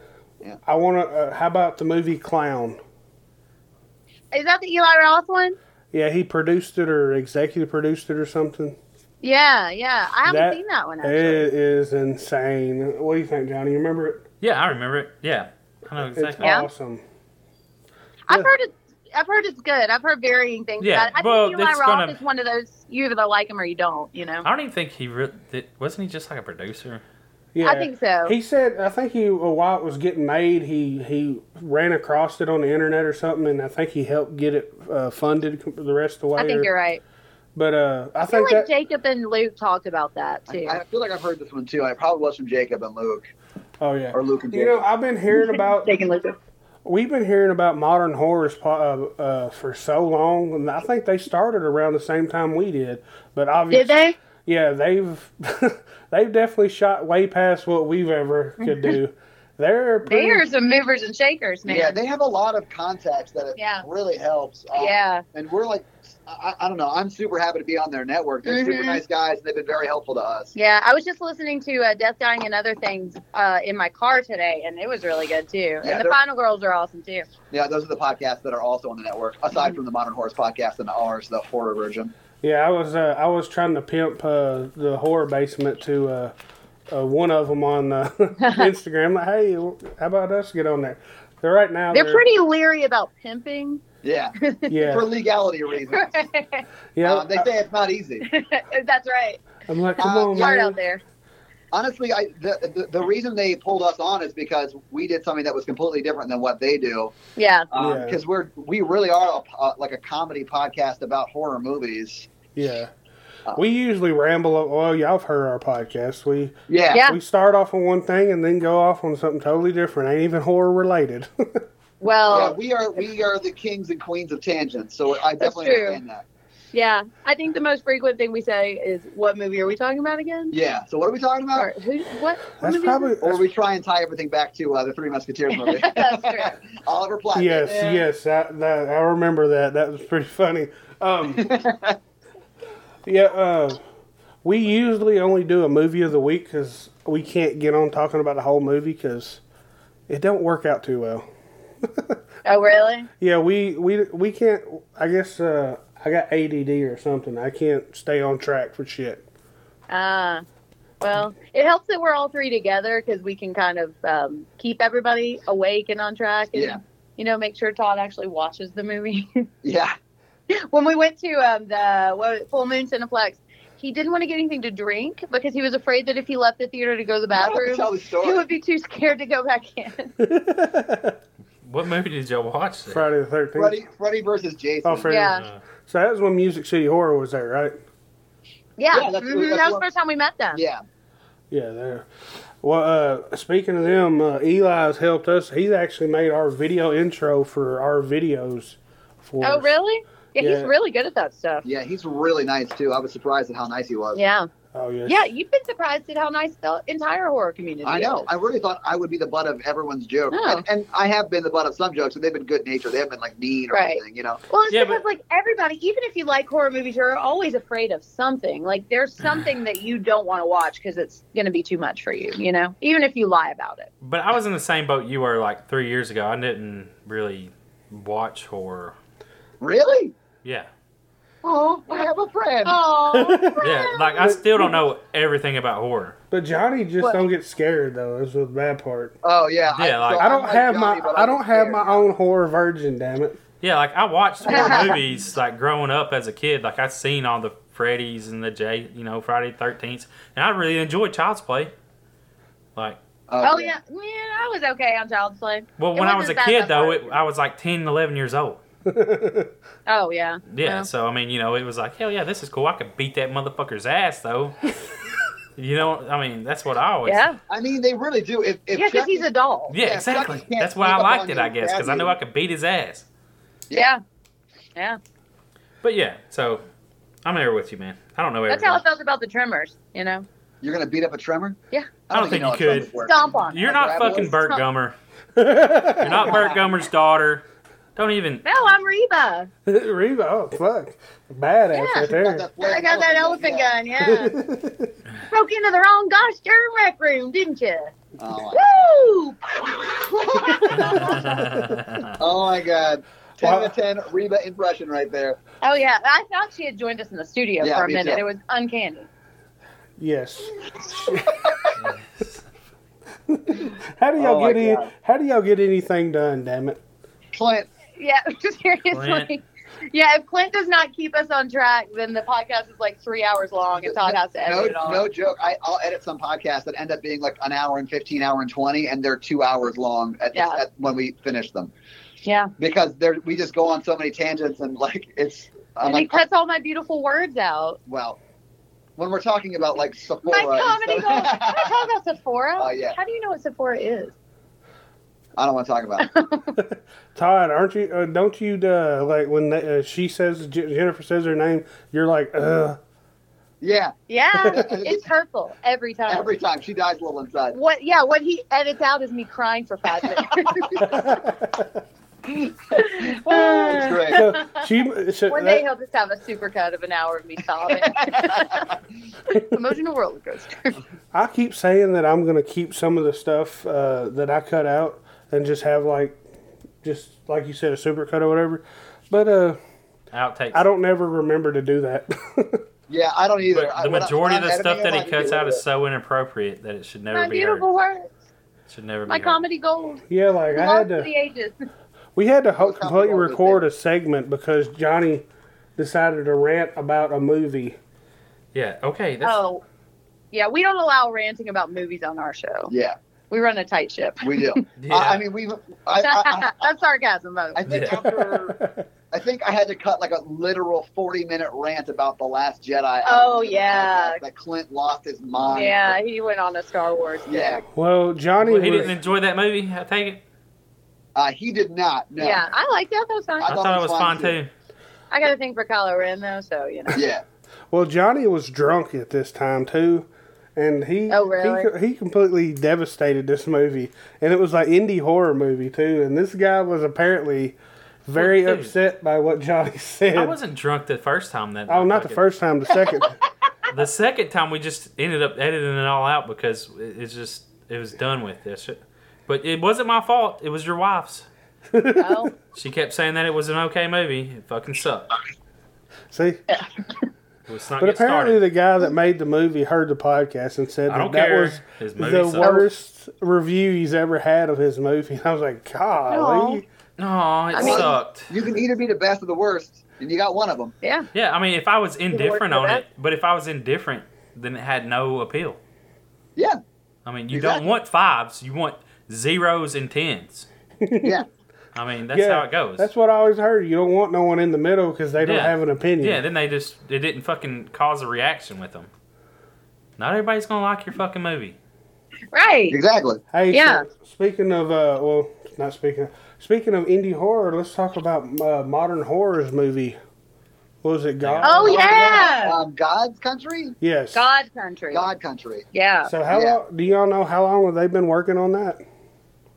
S5: I want to. Uh, how about the movie Clown?
S7: Is that the Eli Roth one?
S5: Yeah, he produced it or executive produced it or something.
S7: Yeah, yeah. I haven't
S5: That-
S7: seen that one actually.
S5: It is insane. What do you think, Johnny? You remember it?
S4: Yeah, I remember it. Yeah. I know
S5: It's
S4: exactly.
S7: Yeah.
S5: awesome.
S7: I've heard it. I've heard it's good. I've heard varying things
S4: Yeah,
S7: about it. I
S4: well,
S7: think Eli
S4: it's
S7: Roth
S4: gonna-
S7: is one of those you either like him or you don't. You know.
S4: I don't even think he really wasn't he just like a producer?
S5: Yeah,
S7: I think so.
S5: He said, I think he while it was getting made, he he ran across it on the internet or something, and I think he helped get it uh, funded com- the rest of the way.
S7: I think
S5: or-
S7: you're right.
S5: But uh, I
S7: I feel
S5: think
S7: like
S5: that
S7: Jacob and Luke talked about that too.
S6: I, I feel like I've heard this one too. I probably was from Jacob and Luke
S5: oh yeah,
S6: or Luke and
S5: you
S6: Jacob.
S5: know I've been hearing about
S7: Jacob and Luke.
S5: we've been hearing about modern horrors po- uh, uh, for so long, and I think they started around the same time we did. But obviously,
S7: Did they?
S5: yeah, they've *laughs* they've definitely shot way past what we've ever could
S7: *laughs*
S5: do. They're pretty,
S7: They are some movers and shakers, man.
S6: yeah, they have a lot of contacts that it
S7: Yeah.
S6: really helps. Uh,
S7: Yeah.
S6: and we're like, I, I don't know. I'm super happy to be on their network. They're super
S7: Mhm.
S6: nice guys, and they've been very helpful to us.
S7: Yeah, I was just listening to uh, Death, Dying, and Other Things uh, in my car today, and it was really good too.
S6: Yeah,
S7: and the
S6: they're-
S7: Final Girls are awesome too.
S6: Yeah, those are the podcasts that are also on the network, aside from the Modern Horse podcast and ours, the horror version.
S5: Yeah, I was uh, I was trying to pimp uh, the horror basement to uh, uh, one of them on
S7: *laughs*
S5: uh, *laughs* Instagram. Like, hey, how about us get on there? They're right now.
S7: They're pretty leery about pimping. *laughs*
S6: Yeah, for
S5: Yeah,
S6: legality reasons.
S5: yeah.
S7: Uh,
S6: Um, they say it's not easy.
S7: That's right.
S5: I, am like, come
S6: uh,
S5: on,
S7: Hard
S5: man.
S7: out there.
S6: Honestly, I, the, the the reason they pulled us on is because we did something that was completely different than what they do.
S7: Yeah.
S5: Yeah.
S6: Because Um, we're we really are a, uh, like a comedy podcast about horror movies.
S5: Yeah.
S6: Uh,
S5: We usually ramble. o- Well, y'all have heard our podcast. We
S6: Yeah,
S7: Yeah.
S5: we start off on one thing and then go off on something totally different. Ain't even horror related. *laughs*
S6: Yeah,
S7: Well,
S6: we are we are the kings and queens of tangents. So I
S7: That's
S6: definitely
S7: true.
S6: understand that.
S7: yeah. I think the most frequent thing we say is, "What movie are we talking about again?"
S6: Yeah. So what are we talking about?
S7: Or who? What? what
S5: that's
S7: movie is
S5: probably.
S7: it?
S6: Or we try and tie everything back to uh, the Three
S7: *laughs*
S6: Musketeers movie.
S7: That's true.
S5: *laughs*
S6: Oliver Platt.
S5: yes,
S7: Yeah.
S5: yes, I, that, I remember that. That was pretty funny. Um, yeah, uh, we usually only do a movie of the week because we can't get on talking about the whole movie because it don't work out too well.
S7: Oh, really?
S5: Yeah, we we we can't. I guess uh, I got ADD or something. I can't stay on track for shit. *laughs*
S7: Uh, well, it helps that we're all three together because we can kind of um, keep everybody awake and on track. And,
S6: Yeah.
S7: You know, make sure Todd actually watches the movie. *laughs*
S6: Yeah.
S7: when we went to um, the what, was it, Full Moon Cineplex, he didn't want to get anything to drink because he was afraid that if he left the theater to go to the
S6: I don't wanna Tell
S7: bathroom,
S6: the
S7: he
S6: story.
S7: would be too scared to go back in.
S4: What movie did y'all watch? there?
S5: *laughs* Friday the Thirteenth.
S6: Freddy, Freddy versus Jason.
S5: Oh, Freddy.
S7: Yeah.
S4: Uh,
S5: So that was when Music City Horror was there, right?
S7: *laughs* Yeah,
S6: Yeah, that's-
S7: mhm,
S6: that's
S7: that was
S6: what-
S7: the first time we met them.
S6: Yeah.
S5: Yeah, there. Well, uh, speaking of them, uh, Eli's helped us. He's actually made our video intro for our videos. For
S7: Oh,
S5: us.
S7: really? Yeah,
S5: Yeah.
S7: he's really good at that stuff.
S6: Yeah, he's really nice too. I was surprised at how nice he was.
S7: Yeah,
S5: Oh yes.
S7: yeah. You've been surprised at how nice the entire horror community.
S6: I know.
S7: is.
S6: I really thought I would be the butt of everyone's joke,
S7: No.
S6: and, and I have been the butt of some jokes, but they've been good natured. They haven't been like mean or
S7: Right.
S6: anything, you know.
S7: Well, it's
S4: Yeah,
S7: because
S4: but-
S7: like everybody, even if you like horror movies, you're always afraid of something. Like
S4: *sighs*
S7: there's something that you don't want to watch because it's going to be too much for you. You know, even if you lie
S4: *laughs*
S7: about it.
S4: But I was in the same boat you were like three years ago. I didn't really watch horror.
S6: Really?
S4: Yeah.
S6: Oh, I have a friend.
S7: Oh,
S4: Yeah. Like, I still don't know everything about horror.
S5: But Johnny just
S7: What?
S5: don't get scared though. That's the bad part.
S6: Oh yeah.
S4: Yeah, like-
S5: I don't
S6: I'm
S5: have
S6: like Johnny,
S5: my
S6: but
S5: I don't
S6: get
S5: have
S6: scared.
S5: my own horror virgin. Damn it.
S4: Yeah. Like, I watched
S7: *laughs*
S4: horror movies, like, growing up as a kid. Like, I'd seen all the Freddy's and the J, you know, Friday the 13th. And I really enjoyed Child's Play. Like,
S6: Uh,
S7: oh yeah, man, I was okay on Child's Play.
S4: well,
S7: It
S4: when I was a
S7: wasn't as bad
S4: kid,
S7: as I
S4: though,
S7: thought
S4: it,
S7: it
S4: I was like 10, 11 years old.
S7: Oh yeah.
S4: Yeah, so I mean, you know, it was like, hell yeah, this is cool. I could beat that motherfucker's ass
S7: *laughs*
S4: though. you know, I mean, that's what I always.
S7: Yeah.
S6: I mean, they really do. If, if
S7: Yeah, because
S6: Chucky-
S7: he's a doll.
S4: Yeah,
S6: Yeah,
S4: exactly.
S6: Chucky can't
S4: That's why I
S6: sneak up
S4: liked
S6: on
S4: it,
S6: you
S4: I
S6: and
S4: guess,
S6: grab
S4: because I
S6: you.
S4: know I could beat his ass.
S7: Yeah. Yeah.
S4: But yeah, so I'm there with you, man. I don't know
S7: That's how I
S4: everything.
S7: felt about the Tremors. You know,
S6: you're gonna beat up a tremor.
S7: Yeah.
S4: I don't think you
S6: know how
S4: could.
S6: tremors work.
S7: stomp on. it.
S4: You're not
S6: Grab
S4: fucking
S6: boys.
S4: Bert Gummer. You're
S5: *laughs*
S4: not Bert Gummer's daughter. Don't
S7: *laughs*
S4: even.
S7: No, I'm Reba.
S5: Reba, oh fuck, badass
S7: Yeah.
S5: right there.
S6: Got that Oh,
S7: I got that elephant
S6: yeah. *laughs*
S7: gun. Yeah. Broke into the wrong gosh darn rec room, didn't you?
S6: Oh,
S7: Woo!
S4: *laughs*
S6: oh my god. Ten
S5: Wow.
S6: to ten Reba impression right there.
S7: Oh yeah, I thought she had joined us in the studio
S6: Yeah,
S7: for a
S6: me
S7: minute.
S6: too.
S7: It was uncanny.
S4: *laughs*
S5: Yes. how do y'all
S6: Oh, my
S5: get any,
S6: God.
S5: How do y'all get anything done? Damn it.
S6: Clint,
S7: Yeah, *laughs* seriously.
S4: Clint.
S7: Yeah, if Clint does not keep us on track, then the podcast is like three hours long, and Todd has to edit
S6: No,
S7: it all.
S6: no joke. I, I'll edit some podcasts that end up being like an hour and 15, hour and 20, and they're two hours long at, the-
S7: Yeah.
S6: at- when we finish them
S7: yeah,
S6: because there we just go on so many tangents and like it's. I'm
S7: and he
S6: like,
S7: cuts all my beautiful words out.
S6: well, when we're talking about like Sephora,
S7: My
S6: and
S7: comedy gold. Can
S6: *laughs* stuff-
S7: I talk about Sephora?
S6: Oh, yeah.
S7: How do you know what Sephora is?
S6: I don't want to talk about. It.
S5: Todd, aren't you? Uh, don't you uh, like when uh, she says J- Jennifer says her name? You're like, uh,
S6: Yeah,
S7: Yeah, *laughs* it's hurtful every time.
S6: every time she dies a little inside.
S7: what? Yeah, what he edits out is me crying for
S6: *laughs*
S7: five minutes. *laughs*
S6: It's great.
S5: so she. *laughs* uh, So
S7: One day
S5: that,
S7: he'll just have a supercut of an hour of me
S6: *laughs*
S7: sobbing. Emotional roller coaster.
S5: I keep saying that I'm gonna keep some of the stuff uh, that I cut out and just have like, just like you said, a super cut or whatever. But uh,
S4: Outtakes.
S5: I don't never remember to do that. *laughs*
S6: Yeah, I don't either.
S4: But
S6: I-
S4: the
S6: when I-
S4: majority
S6: when
S4: of the
S6: I'm
S4: stuff
S6: editing
S4: that
S6: it,
S4: he
S6: I
S4: cuts
S6: get rid
S4: out
S6: of
S4: is so inappropriate that it should never
S7: My
S4: be heard.
S7: beautiful words.
S4: Should never
S7: My
S4: be
S7: comedy gold.
S5: yeah, like I
S7: Lost
S5: had
S7: to the
S5: to.
S7: ages.
S5: We had to ho-
S6: Those couple
S5: completely
S6: moments
S5: record
S6: there.
S5: a segment because Johnny decided to rant about a movie.
S4: Heard. Yeah. Okay. That's,
S7: Oh, yeah. We don't allow ranting about movies on our show.
S6: Yeah,
S7: We run a tight ship.
S4: *laughs*
S6: we do.
S4: Yeah.
S6: I, I mean, we. I, I,
S7: *laughs* That's sarcasm, though.
S6: I think
S4: Yeah.
S6: after, I think I had to cut like a literal forty-minute rant about the Last Jedi. out
S7: Oh,
S6: of the
S7: yeah.
S6: podcast, that Clint lost his mind.
S7: yeah, he went on a Star Wars.
S6: yeah.
S7: kick.
S5: *laughs* Well, Johnny.
S4: Well, he
S5: was-
S4: didn't enjoy that movie. I take it.
S6: Uh, he did not. No.
S7: Yeah, I liked that. That was fine.
S6: I
S4: I,
S6: thought
S4: thought,
S6: it
S4: it was
S6: was
S4: fine
S6: fine,
S4: too.
S7: I got a thing for Kylo Ren, though, so, you *laughs* know.
S6: Yeah.
S5: Well, Johnny was drunk at this time too, and he
S7: Oh, really?
S5: he he completely devastated this movie, and it was like indie horror movie too. And this guy was apparently very
S4: Well, dude.
S5: upset by what Johnny *laughs* said.
S4: I wasn't drunk the first time. That
S5: oh, not the
S4: fucking-
S5: first time, the second.
S7: *laughs*
S4: The second time we just ended up editing it all out because it- it's just it was done with this. But it wasn't my fault. It was your wife's.
S7: Oh,
S4: She kept saying that it was an okay movie. It fucking sucked.
S5: See,
S4: Let's not
S5: but
S4: get
S5: apparently
S4: started.
S5: the guy that made the movie heard the podcast and said
S4: I
S5: that
S4: don't
S5: that
S4: care.
S5: was
S4: His movie
S5: the
S4: sucks.
S5: worst review he's ever had of his movie. *laughs* And I was like, golly,
S4: No, it
S7: I mean-
S4: sucked.
S6: You can either be the best or the worst, and you got one of them.
S7: yeah.
S4: Yeah, I mean, if I was indifferent
S7: work
S4: on
S7: with
S4: it, but if I was indifferent, then it had no appeal.
S6: Yeah.
S4: I mean, you
S6: Exactly.
S4: don't want fives, you want zeros and tens.
S7: *laughs*
S6: Yeah.
S4: I mean, that's how it goes.
S5: That's what I always heard. You don't want no one in the middle because they don't
S4: Yeah.
S5: have an opinion.
S4: yeah, then they just it didn't fucking cause a reaction with them. Not everybody's gonna like your fucking movie.
S7: Right.
S6: exactly.
S5: Hey,
S7: Yeah.
S5: so speaking of, uh, well, not speaking. Of, speaking of indie horror, let's talk about uh, modern horrors movie. What was it, God?
S7: Oh, yeah.
S6: Um, God's country.
S5: Yes.
S7: God country.
S6: God country.
S7: Yeah.
S5: So how
S6: Yeah.
S5: long? Do y'all know how long have they been working on that?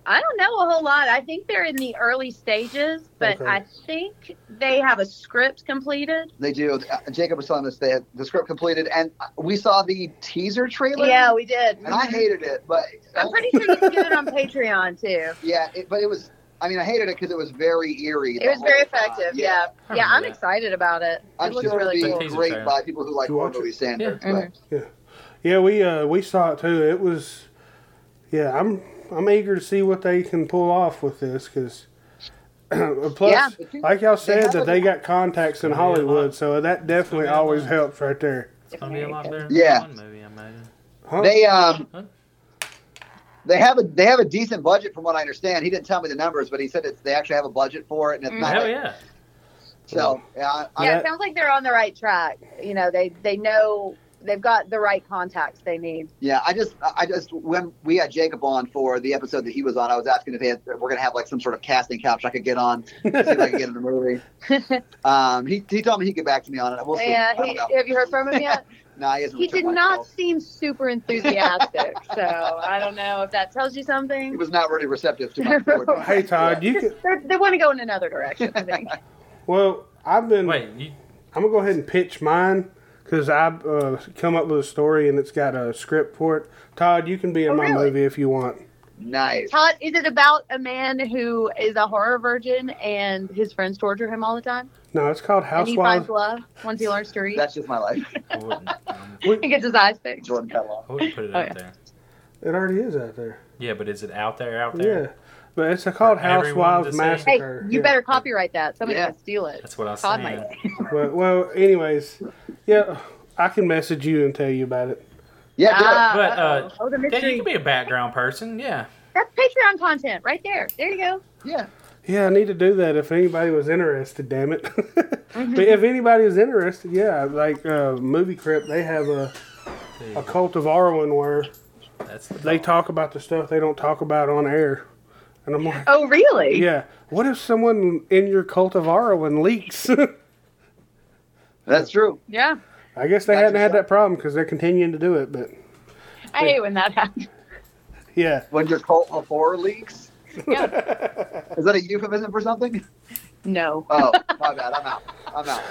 S7: I don't know a whole lot. I think they're in the early stages, but
S5: Okay.
S7: I think they have a script completed.
S6: They do. Uh, Jacob was telling us they had the script completed, and uh, we saw the teaser trailer.
S7: Yeah, we did.
S6: And I hated it, but uh,
S7: I'm pretty sure you can get *laughs* it on Patreon too.
S6: yeah, it, but it was. I mean, I hated it because it was very eerie.
S7: It
S6: the
S7: was very
S6: whole time.
S7: effective. Yeah.
S4: I
S7: Yeah, I'm
S4: remember that.
S7: excited about it.
S6: I'm
S7: it looks
S6: sure it'll
S7: really
S6: be
S7: cool.
S4: Teaser
S6: great
S4: trailer.
S6: by people who like
S5: You
S6: horror
S5: watch it?
S6: movie standards.
S7: Yeah. Mhm.
S6: But
S5: Yeah, we uh, we saw it too. It was, yeah, I'm I'm eager to see what they can pull off with this because.
S6: Yeah.
S5: *clears throat* Plus, like y'all said,
S6: have
S5: that
S6: a-
S5: they got contacts in
S4: It's gonna be a
S5: Hollywood,
S4: lot.
S5: so that definitely
S4: It's gonna be a
S5: always
S4: lot.
S5: helps right there.
S4: It's gonna be a lot better.
S6: Yeah.
S4: Than one movie, I imagine.
S5: Huh?
S6: they um,
S4: Huh?
S6: they have a they have a decent budget from what I understand. He didn't tell me the numbers, but he said it's they actually have a budget for it, and it's
S7: Mm.
S6: not.
S4: Hell
S6: like-
S4: yeah.
S6: So yeah, I,
S7: Yeah,
S5: Yeah.
S7: it sounds like they're on the right track. You know, they they know they've got the right contacts they need.
S6: Yeah, I just, I just, when we had Jacob on for the episode that he was on, I was asking if, he had, if we're gonna have like some sort of casting couch I could get on, see if I could get in the movie.
S7: *laughs*
S6: Um, he, he told me he'd get back to me on it. We'll see. I
S7: Yeah,
S6: don't
S7: he,
S6: know.
S7: have you heard from him yet?
S6: Nah, *laughs* he, hasn't
S7: He
S6: returned
S7: did
S6: my
S7: not
S6: call.
S7: seem super enthusiastic, so I don't know if that tells you
S6: He *laughs*
S7: something.
S6: was not really receptive
S7: *laughs*
S6: to my. forward-
S5: Hey
S4: *laughs*
S5: Todd,
S6: Yeah.
S5: you can.
S7: They're- They want to go in another direction.
S6: *laughs*
S7: I think.
S5: Well, I've been.
S4: Wait, you,
S5: I'm gonna go ahead and pitch mine because I uh, come up with a story and it's got a script for it. Todd, you can be in
S7: Oh,
S5: my
S7: really?
S5: movie if you want.
S6: Nice.
S7: Todd, is it about a man who is a horror virgin and his friends torture him all the time?
S5: No, it's called
S7: And he finds
S5: Housewives.
S7: love once he learns to read.
S6: That's just my life. *laughs*
S4: I wouldn't, um,
S7: *laughs* He gets his eyes fixed.
S6: Jordan Petlov.
S4: I wouldn't put it
S7: Oh,
S4: out
S7: yeah.
S4: there.
S5: It already is out there.
S4: Yeah, but is it out there? Out there?
S5: Yeah, But it's called
S4: For everyone to
S5: Housewives
S4: see.
S7: Hey,
S5: Massacre.
S7: you
S5: yeah.
S7: better copyright that. Somebody's
S6: Yeah.
S7: gonna steal it.
S4: That's what I was
S7: God
S4: saying.
S7: might.
S5: Well, well, anyways, yeah, I can message you and tell you about it.
S6: Yeah, do it.
S7: Ah,
S4: But, uh,
S7: uh-oh. oh, the
S4: Yeah, you
S7: mystery.
S4: can be a background person. Yeah.
S7: That's Patreon content right there. There you go.
S6: yeah.
S5: Yeah, I need to do that if anybody was interested. Damn it! *laughs*
S7: Mm-hmm.
S5: but if anybody is interested, yeah, like uh, Movie Crypt, they have a a cult of Arwen where
S4: That's the
S5: they talk about the stuff they don't talk about on air, and I'm like,
S7: Oh, really?
S5: yeah, what if someone in your cult of Arwen leaks? *laughs*
S6: That's true.
S7: Yeah.
S5: I guess they
S6: Not
S5: hadn't had
S6: yourself.
S5: that problem because they're continuing to do it, but
S7: I hate when that
S5: *laughs*
S7: happens.
S5: yeah,
S6: When your cult of horror leaks,
S7: Yeah.
S6: is that a euphemism for
S7: *laughs*
S6: something?
S7: No.
S6: Oh, my bad. I'm out. I'm out.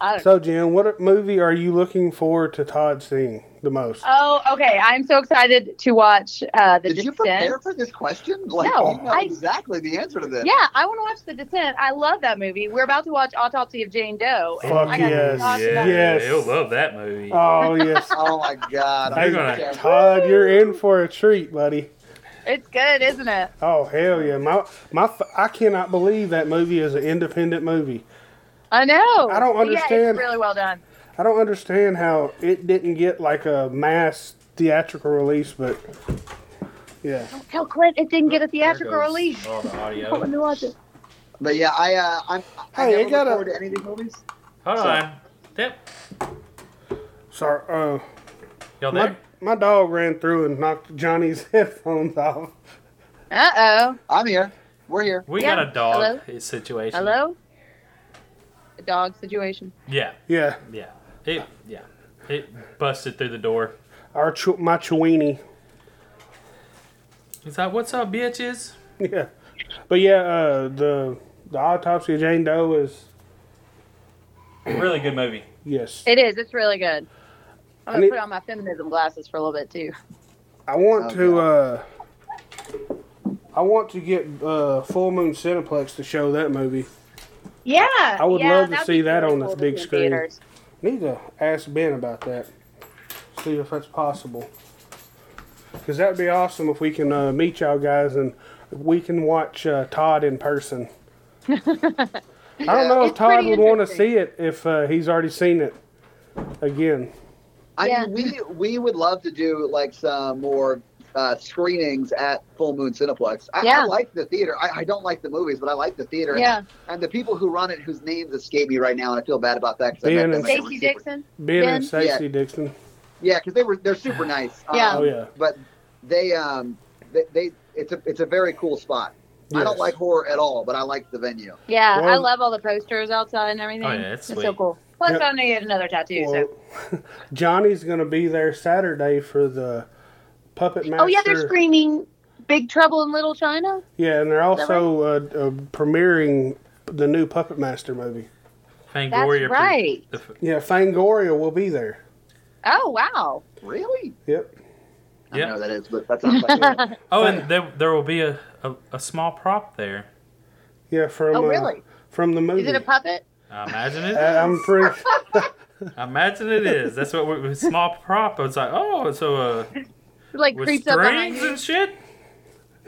S7: I don't
S5: So, Jim, what movie are you looking forward to Todd seeing the most?
S7: Oh, okay. I'm so excited to watch uh, The
S6: Did you
S7: Descent.
S6: prepare for this question? Like,
S7: No,
S6: you know
S7: I-
S6: exactly the answer to this.
S7: Yeah, I want to watch The Descent. I love that movie. We're about to watch Autopsy of Jane Doe. and
S5: Fuck
S7: I gotta
S5: yes.
S7: talk
S4: Yeah,
S7: about-
S5: Yes.
S4: you'll love that movie.
S5: Oh yes,
S6: Oh my god.
S4: You're
S5: hey,
S4: gonna-
S6: scared.
S5: Todd, you're in for a treat, buddy.
S7: It's good, isn't it?
S5: Oh hell yeah, my my f- I cannot believe that movie is an independent movie.
S7: I know.
S5: I don't
S7: Yeah,
S5: understand.
S7: it's really well done.
S5: I don't understand how it didn't get like a mass theatrical release, but yeah,
S7: Tell Clint it didn't get a
S4: There
S7: theatrical
S4: goes
S7: release.
S4: All the audio.
S5: Oh.
S7: I
S4: *laughs*
S7: want
S4: Hold
S7: to watch it.
S6: But yeah, I uh, I'm I
S5: Hey,
S6: never
S5: it got
S6: look
S5: a-
S6: forward to any of these movies.
S4: on. Yep.
S5: sorry. Uh,
S4: Y'all
S5: my
S4: there?
S5: my dog ran through and knocked Johnny's *laughs* headphones off.
S7: Uh oh.
S6: I'm here. We're here.
S4: We
S7: Yeah.
S4: got a dog situation.
S7: Hello? The dog situation.
S4: Yeah,
S5: Yeah,
S4: yeah. It yeah. It busted through the door.
S5: our ch- my Chewini.
S4: He's like, "What's up, bitches?"
S5: *laughs* Yeah, but yeah, uh, the the autopsy of Jane Doe is
S4: Really good movie.
S5: yes.
S7: It is. It's really good. I'm
S5: I
S7: going
S5: need-
S7: to put on my feminism glasses for a little bit, too.
S5: I want
S6: Oh,
S5: to. Uh, I want to get uh, Full Moon Cineplex to show that movie.
S7: Yeah.
S5: I would
S7: yeah,
S5: love to
S7: that'd
S5: see
S7: be
S5: that
S7: really
S5: on the
S7: cool to
S5: big
S7: see in
S5: screen.
S7: theaters.
S5: Need to ask Ben about that. See if that's possible. Because that'd be awesome if we can uh, meet y'all guys and we can watch uh, Todd in
S7: *laughs*
S5: person. I don't know if
S7: It's pretty
S5: Todd would want to
S7: interesting.
S5: see it if uh, he's already seen it again.
S6: I
S7: Yeah.
S6: mean, we we would love to do like some more uh, screenings at Full Moon Cineplex. I, I
S7: Yeah.
S6: like the theater. I, I don't like the movies, but I like the theater.
S7: Yeah.
S6: And the people who run it, whose names escape me right now, and I feel bad about that. 'cause I
S5: Ben
S6: met them
S5: and-
S6: and they were
S7: Stacey
S6: super-
S7: Dixon.
S5: Ben,
S7: Ben?
S5: and Stacey Dixon.
S6: Yeah, because they were they're super nice. Um,
S7: Yeah.
S5: Oh, yeah.
S6: But they um they, they it's a it's a very cool spot. I
S5: Yes.
S6: don't like horror at all, but I like the venue.
S7: Yeah, I
S5: Well-
S7: love all the posters outside and everything.
S4: Oh, yeah, it's
S7: it's so
S4: sweet.
S7: cool. Plus,
S5: Yeah.
S7: I'm gonna get another tattoo.
S5: Well,
S7: so.
S5: *laughs* Johnny's going to be there Saturday for the Puppet Master.
S7: Oh yeah, they're screaming "Big Trouble in Little China."
S5: Yeah, and they're
S7: that
S5: also uh, uh, premiering the new Puppet Master movie.
S4: Fangoria. pre-
S7: right.
S4: the f-
S5: Yeah, Fangoria will be there.
S7: Oh wow.
S6: Really?
S5: Yep.
S6: I
S4: Yeah.
S6: don't know what that is, but that's not like
S7: *laughs*
S6: it.
S4: oh, and there, there will be a, a, a small prop there.
S5: Yeah, from
S7: Oh
S5: uh,
S7: really?
S5: from the movie.
S7: Is it a puppet?
S4: I imagine it.
S5: I-
S7: *laughs*
S5: I'm pretty.
S4: I imagine it is. That's what we, with small prop. It's like, oh, so uh,
S7: It, like
S4: with
S7: creeps up behind
S4: strings
S7: you.
S4: and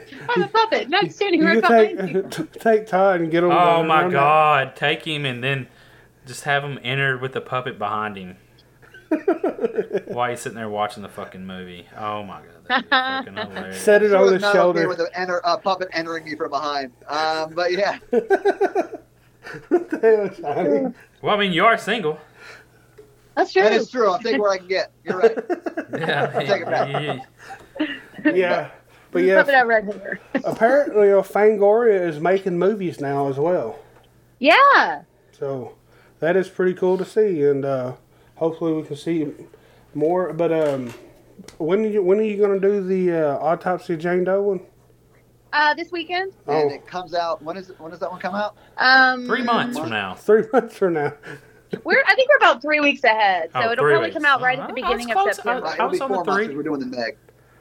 S4: shit.
S7: I'm a puppet. No, I'm standing
S5: You
S7: right
S5: can *laughs*
S7: behind you.
S5: take t- take Todd and get him.
S4: Oh
S5: to
S4: my
S5: run
S4: god! Take him and then just have him entered with a puppet behind
S6: *laughs*
S4: him. While he's sitting there watching the fucking movie. Oh my god! That'd be fucking
S6: *laughs*
S5: that-
S4: hilarious.
S5: Set it
S6: She was
S5: on his
S6: not okay
S5: shoulder. *laughs*
S6: with a, enter, a puppet entering me from behind. Um, but yeah,
S5: What the hell, Johnny?
S4: Well, I mean, you are single.
S7: That's true.
S6: that is true. I'll take where I can get. You're right.
S7: *laughs*
S4: *laughs* Yeah. I mean,
S6: Take it back.
S4: you- you-
S5: yeah, but
S7: There's a puppet
S5: yeah.
S7: at Red Hook.
S5: Apparently, uh, Fangoria is making movies now as well.
S7: Yeah.
S5: So that is pretty cool to see, and uh, hopefully we can see more. But um, when are you, when are you going to do the uh, autopsy of Jane Doe one?
S7: Uh, this weekend.
S5: *laughs* Oh,
S6: And it comes out. When is when does that one come out?
S7: Um,
S4: Three months from now.
S5: *laughs* three months from now.
S7: We're I think we're about three weeks ahead, so
S4: Oh,
S7: it'll
S4: three
S7: probably
S4: weeks.
S7: come out right
S4: Oh,
S7: at the
S4: that's
S7: beginning of
S4: close.
S7: September.
S4: I-
S6: Right,
S4: I
S6: it'll be
S4: was on the
S6: four months
S4: three.
S6: if we're doing the Meg.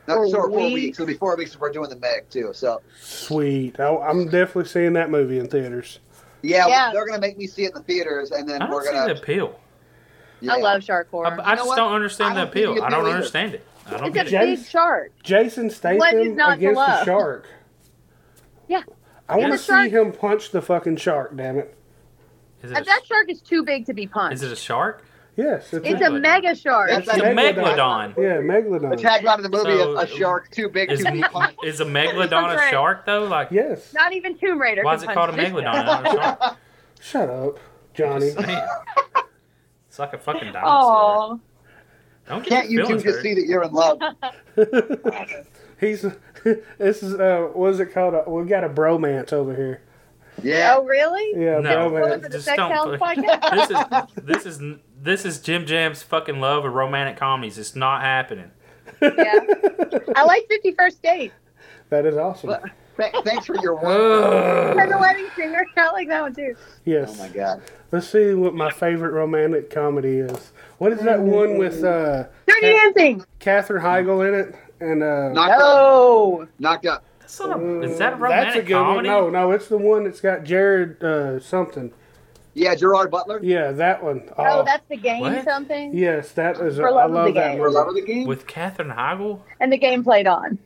S6: No,
S7: Four
S6: sorry, four
S7: weeks.
S6: weeks. It'll be four weeks if we're doing the Meg too. So
S5: Sweet. I, I'm definitely seeing that movie in theaters.
S6: yeah,
S7: Yeah.
S6: they're gonna make me see it in the theaters, and then
S4: I don't
S6: we're
S4: see
S6: gonna.
S4: the appeal.
S7: I
S6: yeah.
S7: love shark
S4: I,
S7: horror.
S4: I
S6: You know
S4: just
S6: what?
S4: don't understand the
S6: I don't think
S4: appeal.
S6: the
S4: I don't
S6: appeal either.
S4: understand it. I don't
S7: it's a
S4: get it.
S5: James-
S7: big shark.
S5: Jason
S7: What is
S5: Statham
S7: not to
S5: against the
S7: love?
S5: shark.
S7: Yeah.
S5: I want to
S7: Yes.
S5: see him punch the fucking shark. Damn it!
S4: Is
S7: Uh,
S4: it,
S7: That
S4: a,
S7: shark is too big to be punched.
S4: is it a shark?
S5: Yes, it's,
S7: it's
S5: a,
S7: a mega shark.
S6: That's
S4: It's a
S6: Megalodon.
S4: megalodon.
S5: yeah
S6: The
S5: megalodon.
S6: tagline of the movie
S4: So-
S6: is a shark too big
S4: Is,
S6: to be
S4: *laughs*
S6: punched.
S4: is a megalodon a shark though? Like,
S5: yes.
S7: Not even Tomb Raider.
S4: why
S7: can
S4: is it
S7: punch
S4: called a
S7: this
S4: megalodon?
S7: *laughs* guy.
S4: Not a shark?
S5: Shut up, Johnny.
S4: Just *laughs* saying. It's like a fucking dinosaur.
S7: Oh,
S4: Don't get
S6: Can't
S4: your
S6: you two
S4: feelings
S6: just
S4: hurt.
S6: see that you're in
S7: *laughs*
S6: love?
S5: *laughs* He's this is uh, what is it called? Uh, we got a bromance over here.
S6: Yeah.
S7: oh really?
S5: Yeah,
S4: No.
S7: What was
S5: bromance.
S7: it, a
S4: Just
S7: sex
S4: don't
S7: health
S4: put-
S7: podcast?
S4: *laughs* This is this is this is Jim Jam's fucking love of romantic comedies. It's not happening.
S7: yeah. *laughs* I like 51st Date.
S5: *laughs* That is awesome.
S6: But- Th- thanks for your work.
S7: And the
S4: Ugh.
S7: Wedding Singer. *laughs* I like that one too.
S5: yes.
S6: Oh my god.
S5: Let's see what my favorite romantic comedy is. What is
S7: Mm.
S5: that one with uh,
S7: Dirty
S5: Yeah.
S7: Dancing.
S5: Katherine Heigl in it? And uh,
S6: Knocked up.
S7: No.
S6: Knocked up.
S4: That's not a- is
S5: uh,
S4: that a romantic
S5: that's a good
S4: comedy?
S5: One. No, no, it's the one that's got Jared uh, something.
S6: Yeah, Gerard Butler.
S5: Yeah, that one.
S7: Oh, that's the game
S4: What?
S7: something.
S5: yes, that is.
S7: For
S5: I
S7: Love of
S5: love
S7: the
S5: that
S7: Game.
S6: For love
S5: one.
S6: of the game.
S4: With Katherine Heigl?
S7: And the game played on.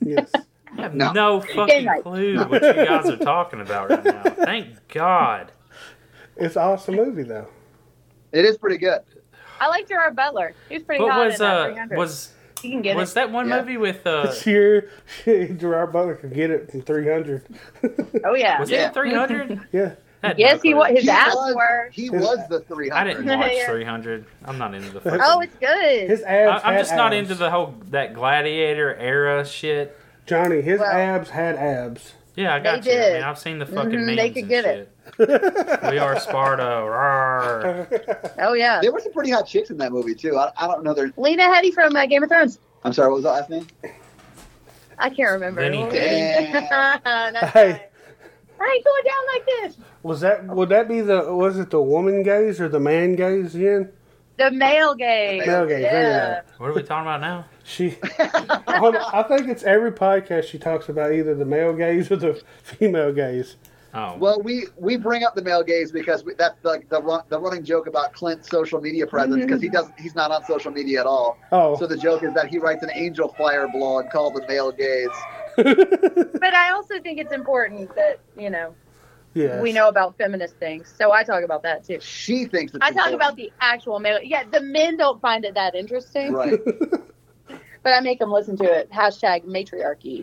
S5: Yes.
S4: I have
S6: No.
S4: no, fucking
S7: right.
S4: clue what you guys are talking about right
S7: *laughs*
S4: now. Thank God.
S5: It's an awesome movie though.
S6: It is pretty good.
S7: I like Gerard Butler. He was pretty
S4: But
S7: hot
S4: was
S7: in that
S4: uh
S7: 300.
S4: was
S7: he can get
S4: was
S7: it.
S4: that one
S6: Yeah.
S4: movie with uh
S5: This year, *laughs* Gerard Butler could get it from 300.
S7: Oh yeah.
S4: was
S6: Yeah.
S4: it 300?
S5: *laughs*
S7: *laughs*
S5: yeah.
S7: Yes, he was. His
S6: he
S7: abs
S6: was,
S7: were.
S6: He was the 300.
S4: I didn't watch
S7: Yeah.
S4: 300. I'm not into the fucking
S7: Oh, it's good.
S5: His
S4: I,
S5: abs.
S4: I'm
S5: had
S4: just not
S5: abs.
S4: into the whole that gladiator era shit.
S5: Johnny. His
S7: Well-
S5: abs had abs. *laughs*
S4: Yeah, I got
S7: They
S4: you. I
S7: did.
S4: mean, I've seen the fucking memes
S7: Mhm, they could
S4: and
S7: get
S4: shit.
S7: it.
S4: we are Sparta. Rawr.
S7: oh yeah.
S6: There were some pretty hot chicks in that movie too. I, I don't know their.
S7: Lena Headey from uh, Game of Thrones.
S6: I'm sorry. What was the last name?
S7: I can't remember. *laughs*
S4: Lenny
S6: Headey.
S7: That's
S5: Hey.
S7: right. I ain't going down like this.
S5: Was that? Would that be the? Was it the woman gaze or the man gaze? Yen.
S7: The male gaze.
S5: Male gaze, there you
S7: Yeah.
S4: What are we talking about now?
S5: She. on, I think it's every podcast she talks about either the male gaze or the female gaze.
S4: Oh,
S6: Well, we we bring up the male gaze because we, that's the the, run, the running joke about Clint's social media presence because he
S7: Mm-hmm.
S6: doesn't he's not on social media at all.
S5: Oh.
S6: So the joke is that he writes an angel flyer blog called the male gaze.
S7: But I also think it's important that you know
S5: yeah.
S7: we know about feminist things, so I talk about that too.
S6: She thinks it's
S7: I talk
S6: important.
S7: about the actual male. Yeah, the men don't find it that
S6: *laughs*
S7: interesting,
S6: right
S7: but I make them listen to it. Hashtag matriarchy. *laughs*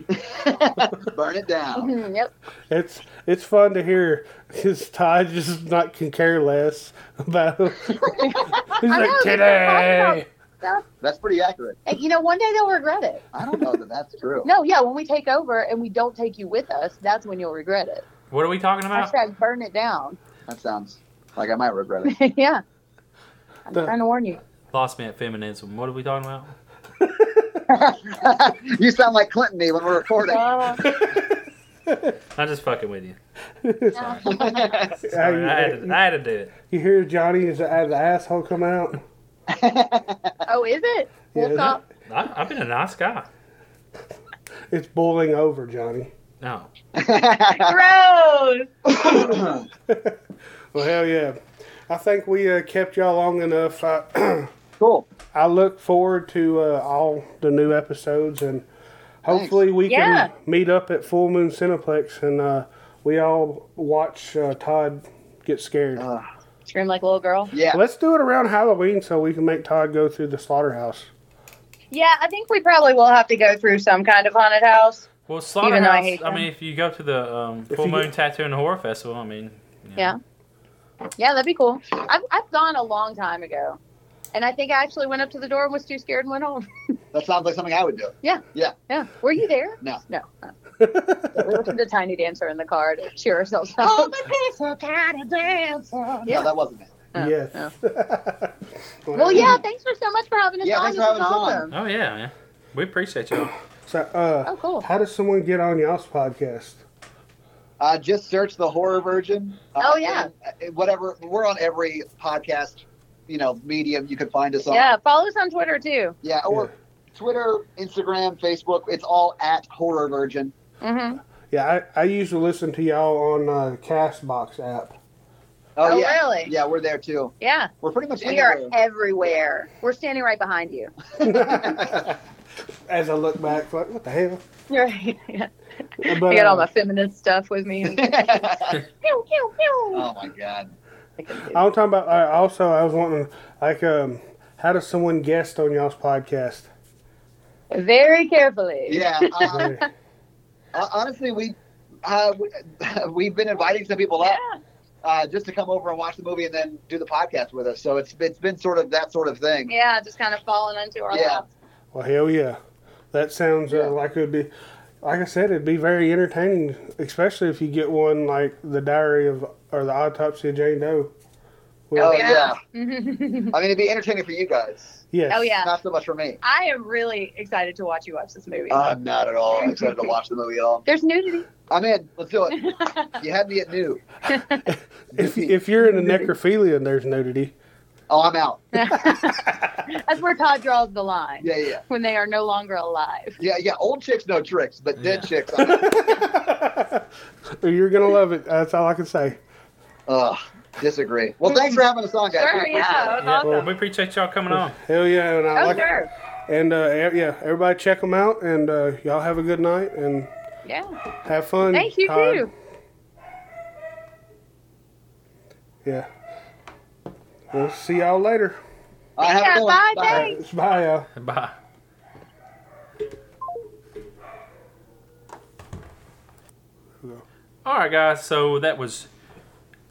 S6: burn it down.
S7: Mhm, yep.
S5: It's it's fun to hear because Todd just not can care less about. He's
S7: know,
S5: like
S7: because they're
S5: today.
S7: talking Stuff.
S6: That's pretty accurate.
S7: And, you know, one day they'll regret it.
S6: I don't know that that's true.
S7: No, yeah, when we take over and we don't take you with us, that's when you'll regret it.
S4: what are we talking about?
S7: Hashtag burn it down. *laughs*
S6: That sounds like I might regret it.
S7: yeah. I'm
S5: The-
S7: trying to warn you. *laughs*
S4: Lost me at feminism. What are we talking about?
S6: *laughs* you sound like Clinton me when we're recording.
S7: Oh,
S4: I'm just fucking with you.
S5: *laughs* How
S4: Sorry, I, had to,
S5: you,
S4: I had to do it.
S5: you hear Johnny's out of the asshole come out.
S7: oh, is
S6: *laughs*
S7: it? We'll
S5: Yeah,
S7: talk.
S4: I, I've been a nice guy.
S5: It's boiling over, Johnny.
S4: No.
S7: Gross.
S5: Well, hell yeah. I think we uh, kept y'all long enough. I,
S6: cool.
S5: I look forward to uh, all the new episodes, and hopefully we
S7: Yeah.
S5: can meet up at Full Moon Cineplex and uh, we all watch uh, Todd get scared.
S7: Uh, Scream like a little girl.
S6: Uh, Yeah.
S5: Let's do it around Halloween so we can make Todd go through the
S7: *laughs*
S5: slaughterhouse. *laughs*
S7: Yeah, I think we probably will have to go through some kind of haunted house.
S4: Well,
S7: Even though I
S4: Slaughterhouse,
S7: hate
S4: I,
S7: them.
S4: mean, if you go to the um, Full
S5: you
S4: Moon
S5: get-
S4: Tattoo and Horror Festival, I mean, you know.
S7: Yeah. Yeah, that'd be cool. I've, I've gone a long time ago. And I think I actually went up to the door and was too scared and went home. *laughs*
S6: That sounds like something I would do.
S7: Yeah. Were you there?
S6: *laughs* No.
S7: No. we were to the tiny dancer in the car to cheer *gasps* ourselves up.
S6: *laughs*
S7: Oh, the tiny dancer. *laughs* Yeah.
S6: No, that wasn't it.
S7: Yeah,
S5: yes. *laughs*
S7: yeah. Oh. Well, yeah, thanks for so much for having us
S6: Yeah,
S7: on.
S6: thanks
S7: this
S6: for
S7: was
S6: having us on.
S7: awesome.
S4: Oh, yeah, man. We appreciate y'all.
S5: So, uh,
S7: Oh, cool.
S5: how does someone get on y'all's podcast?
S6: Uh, just search the horror virgin. Uh,
S7: Oh, yeah.
S6: and, uh, whatever. We're on every podcast, you know, medium you can find us on.
S7: Yeah, follow us on Twitter too.
S6: Yeah, or Twitter, Instagram, Facebook. It's all at horror virgin.
S7: Mm-hmm.
S5: Yeah, I, I usually listen to y'all on uh, Castbox app. *laughs*
S7: Oh,
S6: yeah.
S7: really?
S6: Yeah, we're there too.
S7: Yeah,
S6: We're pretty much
S7: we are
S6: anywhere. *laughs*
S7: everywhere. We're standing right behind you.
S5: as I look back, like what the hell?
S7: Right. yeah.
S5: But,
S7: I got all
S5: uh,
S7: my feminist stuff with
S6: *laughs*
S7: me. Pew, pew, pew.
S6: oh my god.
S7: I can do-
S5: I'm talking about. Uh, also, I was wanting like, um, how does someone guest on y'all's podcast?
S7: Very carefully.
S6: Yeah. Uh,
S7: *laughs*
S5: Very-
S6: Uh, honestly, we uh, we- *laughs* we've been inviting some people up
S7: Yeah.
S6: uh, just to come over and watch the movie and then do the podcast with us. So it's it's been sort of that sort of thing.
S7: Yeah, just kind of falling onto our
S6: Yeah.
S7: lap.
S5: well, hell yeah, that sounds
S6: Yeah.
S5: uh, like it would be. Like I said, it'd be very entertaining, especially if you get one like the Diary of or the Autopsy of Jane Doe.
S6: Oh
S5: Well,
S7: yeah. *laughs*
S6: yeah.
S7: Mhm.
S6: I mean, it'd be entertaining for you guys.
S5: yes.
S7: oh yeah,
S6: Not so much for me.
S7: I am really excited to watch you watch this movie.
S6: I'm not at all excited to watch the movie at all.
S7: There's nudity.
S6: I'm in. Let's do
S7: *laughs*
S6: it. You had me at
S5: *laughs*
S6: new.
S5: If if you're into necrophilia and there's nudity,
S6: Oh, I'm out.
S7: That's where Todd draws the line
S6: Yeah, yeah,
S7: when they are no longer alive.
S6: yeah, yeah. Old chicks no tricks, but dead
S4: Yeah.
S6: chicks. I'm out.
S5: you're gonna love it. That's all I can say.
S6: Ugh, disagree. Well, thanks for having us on, guys. We
S7: Sure,
S6: appreciate
S7: yeah,
S6: it.
S7: that was
S4: Yeah,
S7: awesome.
S4: we appreciate y'all coming on.
S5: Hell yeah, and I
S7: Oh,
S5: like
S7: sure.
S5: and uh, e- yeah, everybody check them out, and uh, y'all have a good night and
S7: Yeah.
S5: have fun.
S7: Thank you
S5: Todd.
S7: too.
S5: Yeah, we'll see y'all later.
S6: All right, have a
S7: Yeah,
S6: good one.
S7: bye, thanks.
S5: Bye, y'all.
S4: Bye. All right, guys. So that was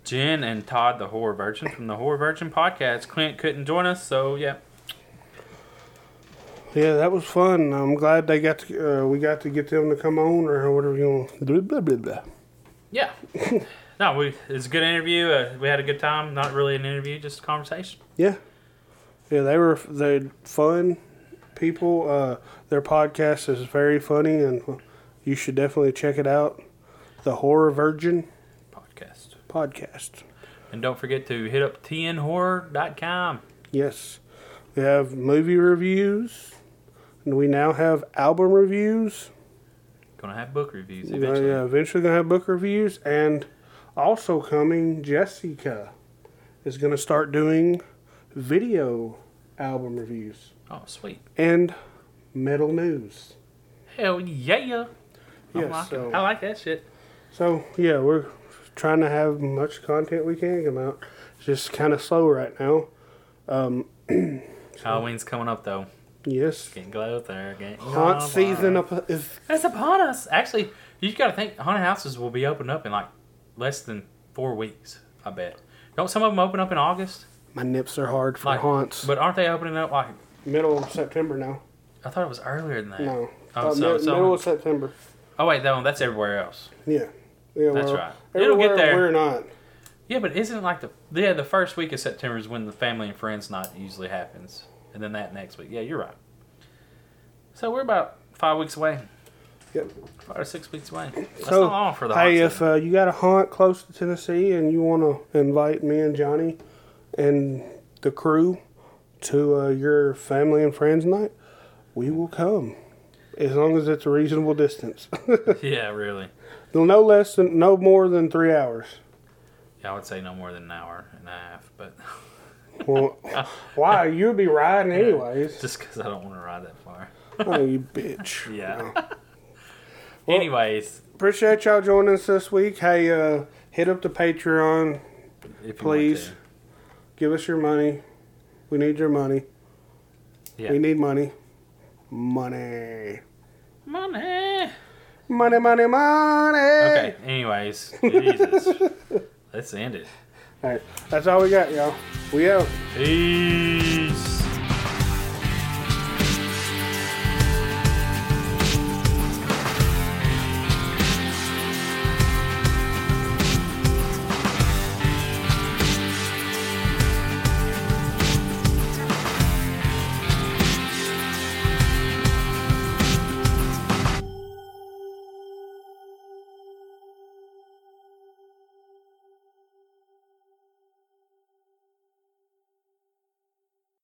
S4: Jen and Todd, the Horror Virgin from the Horror Virgin podcast. Clint couldn't join us, so yeah.
S5: Yeah, that was fun. I'm glad they got to, uh, we got to get them to come on or whatever you want. Blah, blah, blah, blah.
S4: Yeah. *laughs* No, we, it's a good interview. Uh, we had a good time. Not really an interview, just a conversation.
S5: Yeah, yeah, they were they fun people. Uh, their podcast is very funny, and you should definitely check it out. The Horror Virgin
S4: Podcast.
S5: podcast.
S4: And don't forget to hit up tnhorror.com.
S5: Yes. We have movie reviews. And we now have album reviews.
S4: Gonna have book reviews
S5: We're gonna-
S4: eventually.
S5: Uh, yeah, eventually going to have book reviews. And also coming, Jessica is going to start doing video album reviews
S4: Oh, sweet.
S5: and metal news.
S4: Hell yeah. I
S5: Yes,
S4: like it.
S5: so-
S4: I like that shit.
S5: So, yeah, we're trying to have much content we can come out. It's just kind of slow right now.
S4: Halloween's coming up, though.
S5: Yes.
S4: Getting glow there. Getting
S5: Haunt
S4: glow
S5: season
S4: there.
S5: up is
S4: That's upon us. Actually, you got to think haunted houses will be opened up in like less than four weeks. I bet. Don't some of them open up in August?
S5: my nips are hard for
S4: Like,
S5: haunts.
S4: But aren't they opening up like?
S5: middle of September now.
S4: I thought it was earlier than that.
S5: No.
S4: Oh,
S5: Uh,
S4: so,
S5: mid-
S4: so-
S5: middle of September.
S4: oh wait, no, that's everywhere else.
S5: Yeah. Yeah,
S4: That's
S5: well,
S4: right. It'll get
S5: everywhere
S4: there.
S5: We're not.
S4: Yeah, but isn't it like the yeah the first week of September is when the family and friends night usually happens, and then that next week. Yeah, you're right. So we're about five weeks away.
S5: Yep.
S4: Five or six weeks away. That's
S5: So,
S4: not long for the haunt
S5: hey, if
S4: season.
S5: uh, you got a haunt close to Tennessee and you want to invite me and Johnny and the crew to uh, your family and friends night, we will come. As long as it's a reasonable distance. *laughs*
S4: yeah, really.
S5: no less than, no more than three hours.
S4: Yeah, I would say no more than an hour and a half, but *laughs*
S5: Well, why? You'd be riding anyways.
S4: just because I don't want to ride that far.
S5: Oh, you bitch.
S4: Yeah.
S5: Well-
S4: *laughs* Anyways,
S5: Appreciate y'all joining us this week. Hey, uh, hit up the Patreon.
S4: if
S5: Please.
S4: you want
S5: Give us your money. We need your money.
S4: to. Yeah.
S5: We need money. Money.
S4: Money.
S5: Money, money, money.
S4: Okay. Anyways, Jesus.
S5: *laughs*
S4: Let's end it.
S5: All right. That's all we got, y'all. We out.
S4: Peace.